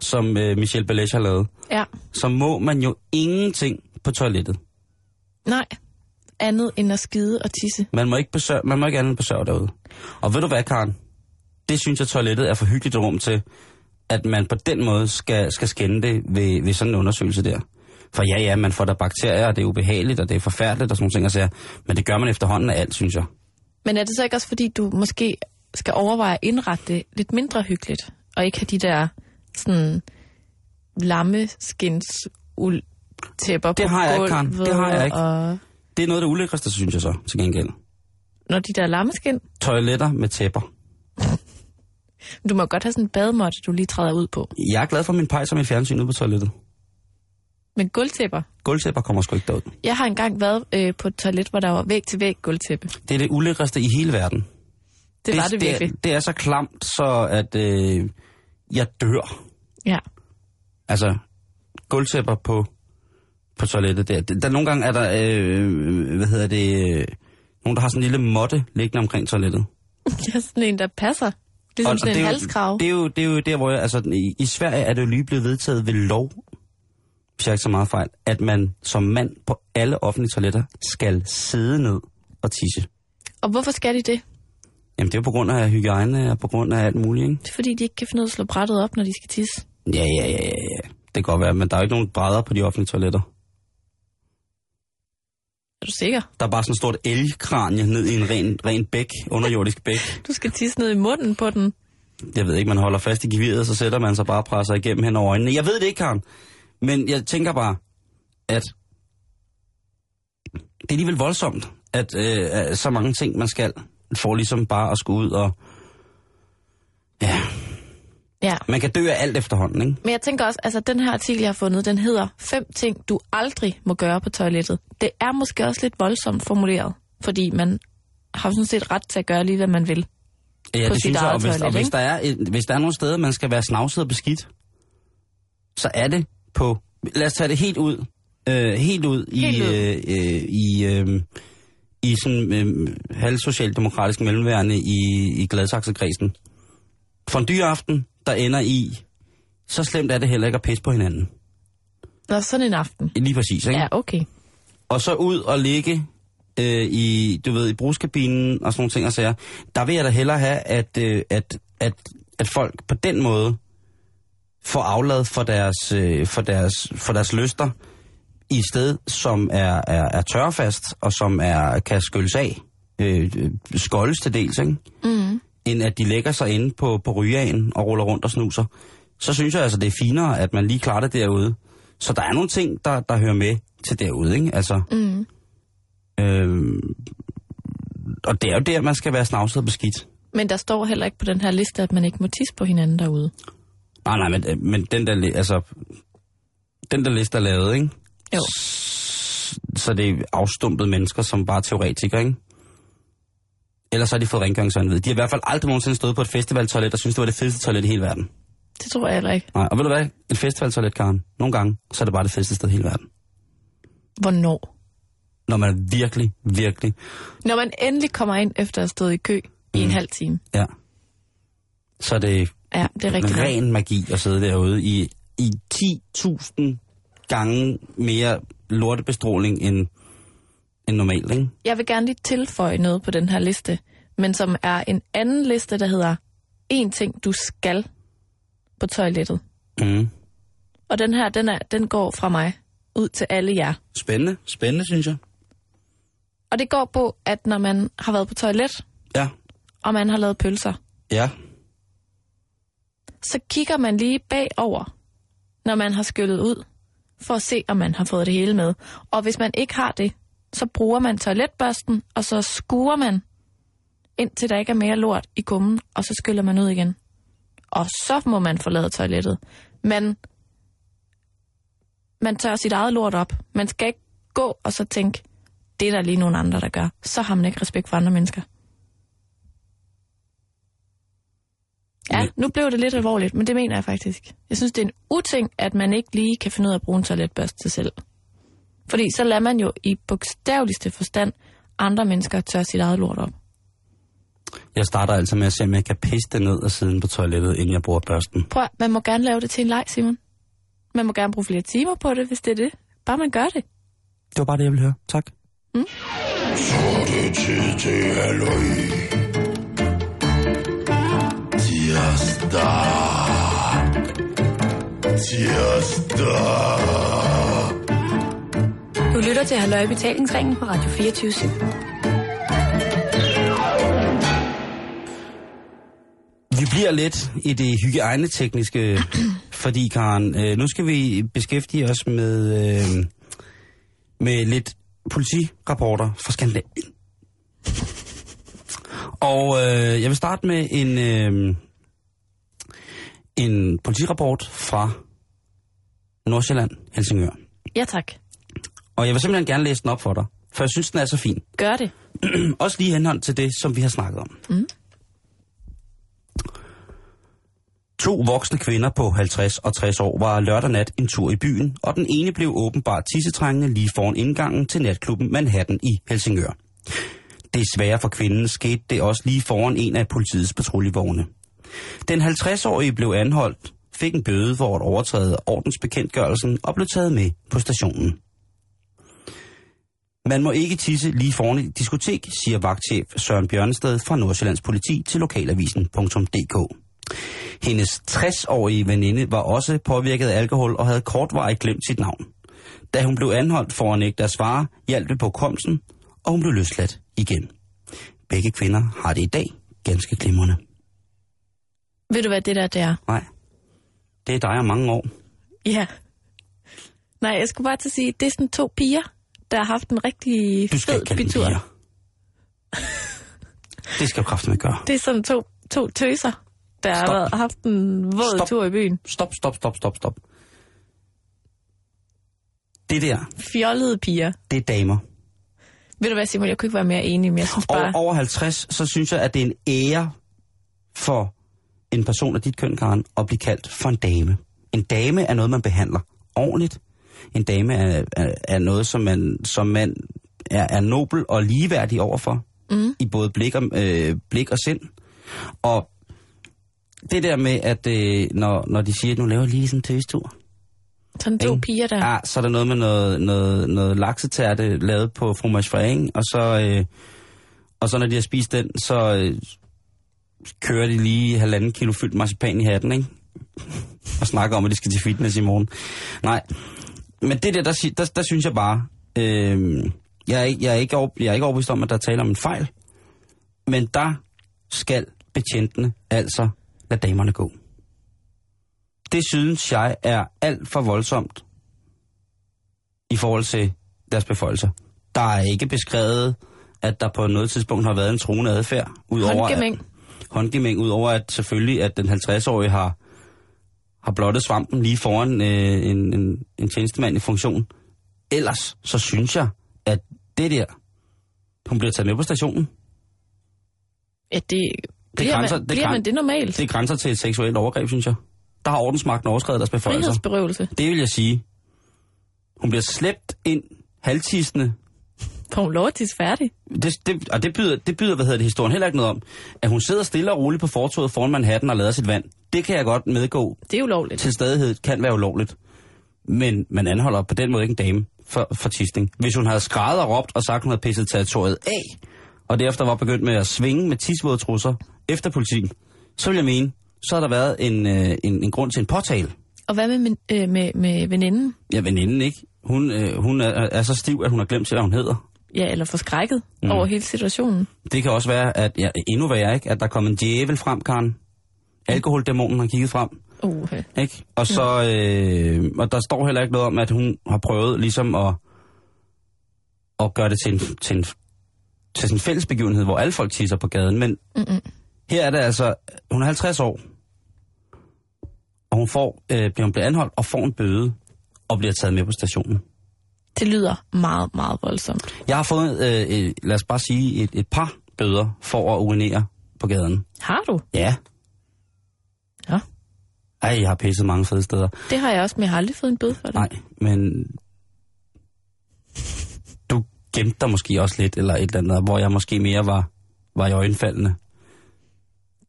Speaker 5: som øh, Michel Balech har lavet,
Speaker 4: Ja.
Speaker 5: så må man jo ingenting på toilettet.
Speaker 4: Nej. Andet end at skide og tisse.
Speaker 5: Man må ikke, besøge, man må ikke andet end besøge derude. Og ved du hvad, Karen? Det synes jeg, toilettet er for hyggeligt et rum til, at man på den måde skal, skal skænde det ved, ved sådan en undersøgelse der. For ja, ja, man får der bakterier, og det er ubehageligt, og det er forfærdeligt, og sådan nogle ting, og sager. men det gør man efterhånden af alt, synes jeg.
Speaker 4: Men er det så ikke også, fordi du måske skal overveje at indrette det lidt mindre hyggeligt, og ikke have de der sådan lammeskins uld tæpper
Speaker 5: Det
Speaker 4: på
Speaker 5: har jeg ikke, Karen. Det
Speaker 4: gulvet,
Speaker 5: har jeg ikke.
Speaker 4: Og
Speaker 5: Det er noget af det ulækreste, synes jeg så, til gengæld.
Speaker 4: når de der lammeskin,
Speaker 5: Toiletter med tæpper.
Speaker 4: du må godt have sådan en bademåtte, du lige træder ud på.
Speaker 5: Jeg er glad for min pejs og mit fjernsyn ude på toilettet.
Speaker 4: Men gulvtæpper.
Speaker 5: Gulvtæpper kommer sgu ikke derud.
Speaker 4: Jeg har engang været øh, på et toilet, hvor der var væg til væg gulvtæppe. Det,
Speaker 5: Det er det ulækreste i hele verden.
Speaker 4: det var det virkelig.
Speaker 5: Det er, det er så klamt, så at øh, jeg dør.
Speaker 4: Ja. *laughs*
Speaker 5: altså gulvtæpper på, på toilettet der. Der, der nogle gange er der, øh, hvad hedder det, øh, nogen, der har sådan en lille måtte liggende omkring toilettet.
Speaker 4: Jeg er sådan en, der passer. Ligesom og, Ligesom sådan
Speaker 5: det,
Speaker 4: en
Speaker 5: er
Speaker 4: halskrav.
Speaker 5: jo, det, er jo, det er jo der, hvor jeg, altså i, i Sverige er det jo lige blevet vedtaget ved lov, hvis jeg ikke så meget fejl, at man som mand på alle offentlige toiletter skal sidde ned og tisse.
Speaker 4: Og hvorfor skal de det?
Speaker 5: Jamen det er jo på grund af hygiejne og på grund af alt muligt, ikke?
Speaker 4: Det er fordi, de ikke kan finde ud af at slå brættet op, når de skal tisse.
Speaker 5: Ja, ja, ja, ja, ja. Det kan godt være, men der er jo ikke nogen brædder på de offentlige toiletter.
Speaker 4: Er du sikker?
Speaker 5: Der er bare sådan et stort elgkranje ned i en ren, ren bæk, underjordisk bæk.
Speaker 4: Du skal tisse ned i munden på den.
Speaker 5: Jeg ved ikke, man holder fast i geviret, og så sætter man sig bare og presser igennem hen over øjnene. Jeg ved det ikke, Karen. Men jeg tænker bare, at det er alligevel voldsomt, at øh, at så mange ting, man skal, for ligesom bare at skulle ud og... Ja,
Speaker 4: Ja.
Speaker 5: man kan dø af alt efterhånden, ikke?
Speaker 4: Men jeg tænker også, altså den her artikel, jeg har fundet, den hedder Fem ting, du aldrig må gøre på toilettet. Det er måske også lidt voldsomt formuleret, fordi man har sådan set ret til at gøre lige, hvad man vil.
Speaker 5: Ja,
Speaker 4: På
Speaker 5: det
Speaker 4: sit
Speaker 5: synes jeg,
Speaker 4: eget
Speaker 5: og hvis, og
Speaker 4: toilet,
Speaker 5: hvis,
Speaker 4: ikke?
Speaker 5: der er, et, hvis der er nogle steder, man skal være snavset og beskidt, så er det på... Lad os tage det helt ud. Øh, helt ud i,
Speaker 4: Helt ud.
Speaker 5: Øh, øh, i, øh, i sådan øh, halvsocialdemokratisk mellemværende i, i Gladsaxe-kredsen. For en dyr aften, der ender i, så slemt er det heller ikke at pisse på hinanden.
Speaker 4: Nå, sådan en aften.
Speaker 5: Lige præcis, ikke?
Speaker 4: Ja, okay.
Speaker 5: og så ud og ligge øh, i, du ved, i brugskabinen og sådan nogle ting og sager, der vil jeg da hellere have, at, øh, at, at, at folk på den måde får aflad for deres, øh, for deres, for deres lyster i et sted, som er, er, er tørfast og som er, kan skylles af, øh, øh, skoldes til dels, ikke?
Speaker 4: Mm.
Speaker 5: end at de lægger sig inde på, på rygeagen og ruller rundt og snuser, så synes jeg altså, det er finere, at man lige klarer det derude. Så der er nogle ting, der, der hører med til derude, ikke? Altså,
Speaker 4: Mm.
Speaker 5: øh, og det er jo der, man skal være snavset og beskidt.
Speaker 4: Men der står heller ikke på den her liste, at man ikke må tisse på hinanden derude.
Speaker 5: Nej, nej, men, øh, men den der, li- altså, den der liste er lavet, ikke?
Speaker 4: Jo.
Speaker 5: S- Så det er afstumpede mennesker, som bare er teoretikere, ikke? Ellers så har de fået rengøringsanvid. De har i hvert fald aldrig nogensinde stået på et festivaltoilet og synes det var det fedeste toilet i hele verden.
Speaker 4: Det tror jeg heller ikke.
Speaker 5: Nej, og ved du hvad? Et festivaltoilet, Karen. Nogle gange, så er det bare det fedeste sted i hele verden.
Speaker 4: Hvornår?
Speaker 5: Når man er virkelig, virkelig,
Speaker 4: Når man endelig kommer ind efter at have stået i kø mm. i en halv time.
Speaker 5: ja. Så er det
Speaker 4: Ja, det er rigtigt.
Speaker 5: ren magi at sidde derude i, i 10.000 gange mere lortebestråling end, end normalt, ikke?
Speaker 4: Jeg vil gerne lige tilføje noget på den her liste, men som er en anden liste, der hedder En ting, du skal på toilettet.
Speaker 5: Mm.
Speaker 4: Og den her, den, er, den går fra mig ud til alle jer.
Speaker 5: Spændende, spændende, synes jeg.
Speaker 4: Og det går på, at når man har været på toilet,
Speaker 5: Ja,
Speaker 4: og man har lavet pølser,
Speaker 5: ja.
Speaker 4: så kigger man lige bagover, når man har skyllet ud, for at se, om man har fået det hele med. Og hvis man ikke har det, så bruger man toiletbørsten, og så skuer man, indtil der ikke er mere lort i kummen, og så skyller man ud igen. Og så må man forlade toilettet. Men man tør sit eget lort op. Man skal ikke gå og så tænke, det er der lige nogle andre, der gør. Så har man ikke respekt for andre mennesker. Ja,
Speaker 5: Men-
Speaker 4: nu blev det lidt alvorligt, men det mener jeg faktisk. Jeg synes, det er en uting, at man ikke lige kan finde ud af at bruge en toiletbørste til selv. Fordi så lader man jo i bogstaveligste forstand andre mennesker tørre sit eget lort op.
Speaker 5: Jeg starter altså med at se, om jeg kan pisse det ned og siden på toilettet, inden jeg bruger børsten.
Speaker 4: Prøv at, man må gerne lave det til en leg, Simon. Man må gerne bruge flere timer på det, hvis det er det. Bare man gør det.
Speaker 5: Det var bare det, jeg ville høre. Tak.
Speaker 7: Så er det tid til halløj. Tirsdag. Tirsdag.
Speaker 6: Du lytter til Halløj i Betalingsringen på Radio 24 7.
Speaker 5: Vi bliver lidt i det hygiejnetekniske, fordi Karen, øh, nu skal vi beskæftige os med, øh, med lidt politirapporter fra Skandinavien. Og øh, jeg vil starte med en, øh, en politirapport fra Nordsjælland, Helsingør.
Speaker 4: Ja tak.
Speaker 5: Og jeg vil simpelthen gerne læse den op for dig, for jeg synes, den er så fin
Speaker 4: Gør det.
Speaker 5: også lige henhold til det, som vi har snakket om. Mm. To voksne kvinder på 50 og 60 år var lørdag nat en tur i byen, og den ene blev åbenbart tissetrængende lige foran indgangen til natklubben Manhattan i Helsingør. Desværre for kvinden skete det også lige foran en af politiets patruljevogne. Den 50-årige blev anholdt, fik en bøde for at overtræde ordensbekendtgørelsen og blev taget med på stationen. Man må ikke tisse lige foran et diskotek, siger vagtchef Søren Bjørnested fra Nordsjællands politi til lokalavisen.dk. Hendes 60-årige veninde var også påvirket af alkohol og havde kortvarigt glemt sit navn. Da hun blev anholdt for at nægte at svare, hjalp det på komsen, og hun blev løsladt igen. Begge kvinder har det i dag ganske glimrende.
Speaker 4: Ved du hvad det der det er?
Speaker 5: Nej, det er dig om mange år.
Speaker 4: Ja. Nej, jeg skulle bare til at sige, det er sådan to piger, der har haft en rigtig
Speaker 5: Du skal
Speaker 4: fed
Speaker 5: ikke kalde dem
Speaker 4: bitur.
Speaker 5: piger. Det skal du kraftedeme gøre.
Speaker 4: Det er sådan to, to tøser, der har
Speaker 5: Stop.
Speaker 4: været- haft en våd
Speaker 5: Stop.
Speaker 4: tur i byen.
Speaker 5: Stop, stop, stop, stop, stop. Det der,
Speaker 4: Fjollede piger.
Speaker 5: det er damer.
Speaker 4: Ved du hvad, Simon, jeg kunne ikke være mere enig, men jeg synes bare...
Speaker 5: Og over 50, så synes jeg, at det er en ære for en person af dit køn, Karen, at blive kaldt for en dame. En dame er noget, man behandler ordentligt. En dame er, er, er noget, som man, som man er, er nobel og ligeværdig overfor. Mm. I både blik og, øh, blik og sind. Og det der med, at øh, når, når de siger, at nu laver jeg lige sådan en tøstur.
Speaker 4: Sådan to
Speaker 5: Ikke?
Speaker 4: piger der.
Speaker 5: Ja, så er der noget med noget, noget, noget laksetærte lavet på fromage fræing, og så, øh, og så når de har spist den, så øh, kører de lige halvanden kilo fyldt marcipan i hatten, ikke? *laughs* Og snakker om, at de skal til fitness i morgen. Nej, men det der, der, si- der, der synes jeg bare, øh, jeg, er, ikke- jeg, er ikke over, jeg er ikke overbevist om, at der er tale om en fejl, men der skal betjentene altså lade damerne gå. Det synes jeg er alt for voldsomt i forhold til deres beføjelser. Der er ikke beskrevet, at der på noget tidspunkt har været en truende adfærd. Udover
Speaker 4: Håndgemæng.
Speaker 5: At, håndgemæng, udover at selvfølgelig, at den 50-årige har, har blottet svampen lige foran øh, en, en, en tjenestemand i funktion. Ellers så synes jeg, at det der, hun bliver taget med på stationen,
Speaker 4: Ja, det, bliver,
Speaker 5: grænser-
Speaker 4: man,
Speaker 5: det
Speaker 4: bliver
Speaker 5: græn-
Speaker 4: man det normalt?
Speaker 5: det grænser til et seksuelt overgreb, synes jeg. Der har ordensmagten overskrevet deres beføjelser.
Speaker 4: Frihedsberøvelse.
Speaker 5: Det vil jeg sige. Hun bliver slæbt ind halvtisende
Speaker 4: På hun lov at tisse færdig.
Speaker 5: det, det, og det byder, det byder, hvad hedder det, historien heller ikke noget om, at hun sidder stille og roligt på fortoget foran Manhattan og lader sit vand. Det kan jeg godt medgå.
Speaker 4: Det er jo lovligt.
Speaker 5: Til stadighed kan være ulovligt. Men man anholder på den måde ikke en dame for, for tisning. Hvis hun havde skrevet og råbt og sagt, at hun havde pisset territoriet af, og derefter var begyndt med at svinge med tisvåde trusser efter politikken, så vil jeg mene, så har der været en, øh, en, en grund til en påtale.
Speaker 4: Og hvad med, min, øh, med, med veninden?
Speaker 5: Ja, veninden ikke. Hun, øh, hun er, er så stiv, at hun har glemt, hvad hun hedder.
Speaker 4: Ja, eller forskrækket mm. over hele situationen.
Speaker 5: Det kan også være, at ja, endnu værre, ikke? at der kom en djævel frem, Karen. Alkoholdæmonen har kigget frem.
Speaker 4: Uh,
Speaker 5: Ikke? Og så, øh, og der står heller ikke noget om, at hun har prøvet ligesom at, at gøre det til en, til en, til sådan en fælles begivenhed, hvor alle folk tisser på gaden. Men Mm-mm. her er det altså, hun er 50 år, og hun får, øh, bliver, hun bliver anholdt og får en bøde, og bliver taget med på stationen.
Speaker 4: det lyder meget, meget voldsomt.
Speaker 5: Jeg har fået, øh, øh, lad os bare sige, et, et par bøder for at urinere på gaden.
Speaker 4: Har du?
Speaker 5: Ja.
Speaker 4: Ja.
Speaker 5: Ej, jeg har pisset mange fede steder.
Speaker 4: Det har jeg også, men jeg har aldrig fået en bøde for det.
Speaker 5: Nej, men gemte dig måske også lidt, eller et eller andet, hvor jeg måske mere var, var i øjenfaldene.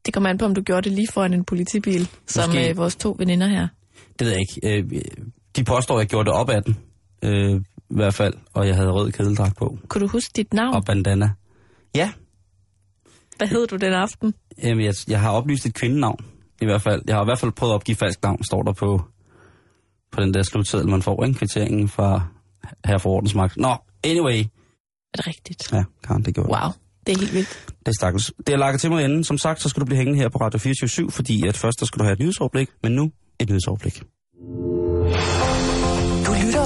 Speaker 4: Det kommer an på, om du gjorde det lige foran en politibil, som
Speaker 5: Måske.
Speaker 4: øh, vores to veninder her.
Speaker 5: Det ved jeg ikke. Øh, de påstår, at jeg gjorde det op ad den, øh, i hvert fald, og jeg havde rød kedeldragt på,
Speaker 4: Kunne du huske dit navn?
Speaker 5: og bandana. Ja,
Speaker 4: Hvad hed du den aften?
Speaker 5: Jamen, jeg, jeg har oplyst et kvindenavn, i hvert fald. Jeg har i hvert fald prøvet at opgive falsk navn, står der på, på den der slutseddel, man får, ikke? Kvitteringen fra her for ordensmagt. Nå, anyway.
Speaker 4: Er det rigtigt?
Speaker 5: Ja, Karen, det gjorde jeg.
Speaker 4: Wow, det er helt vildt.
Speaker 5: Det er stakkels. Det er lakket til mod enden. Som sagt, så skal du blive hængende her på Radio 24 fordi at først der skal du have et nyhedsoverblik, men nu et nyhedsoverblik.
Speaker 3: Du lytter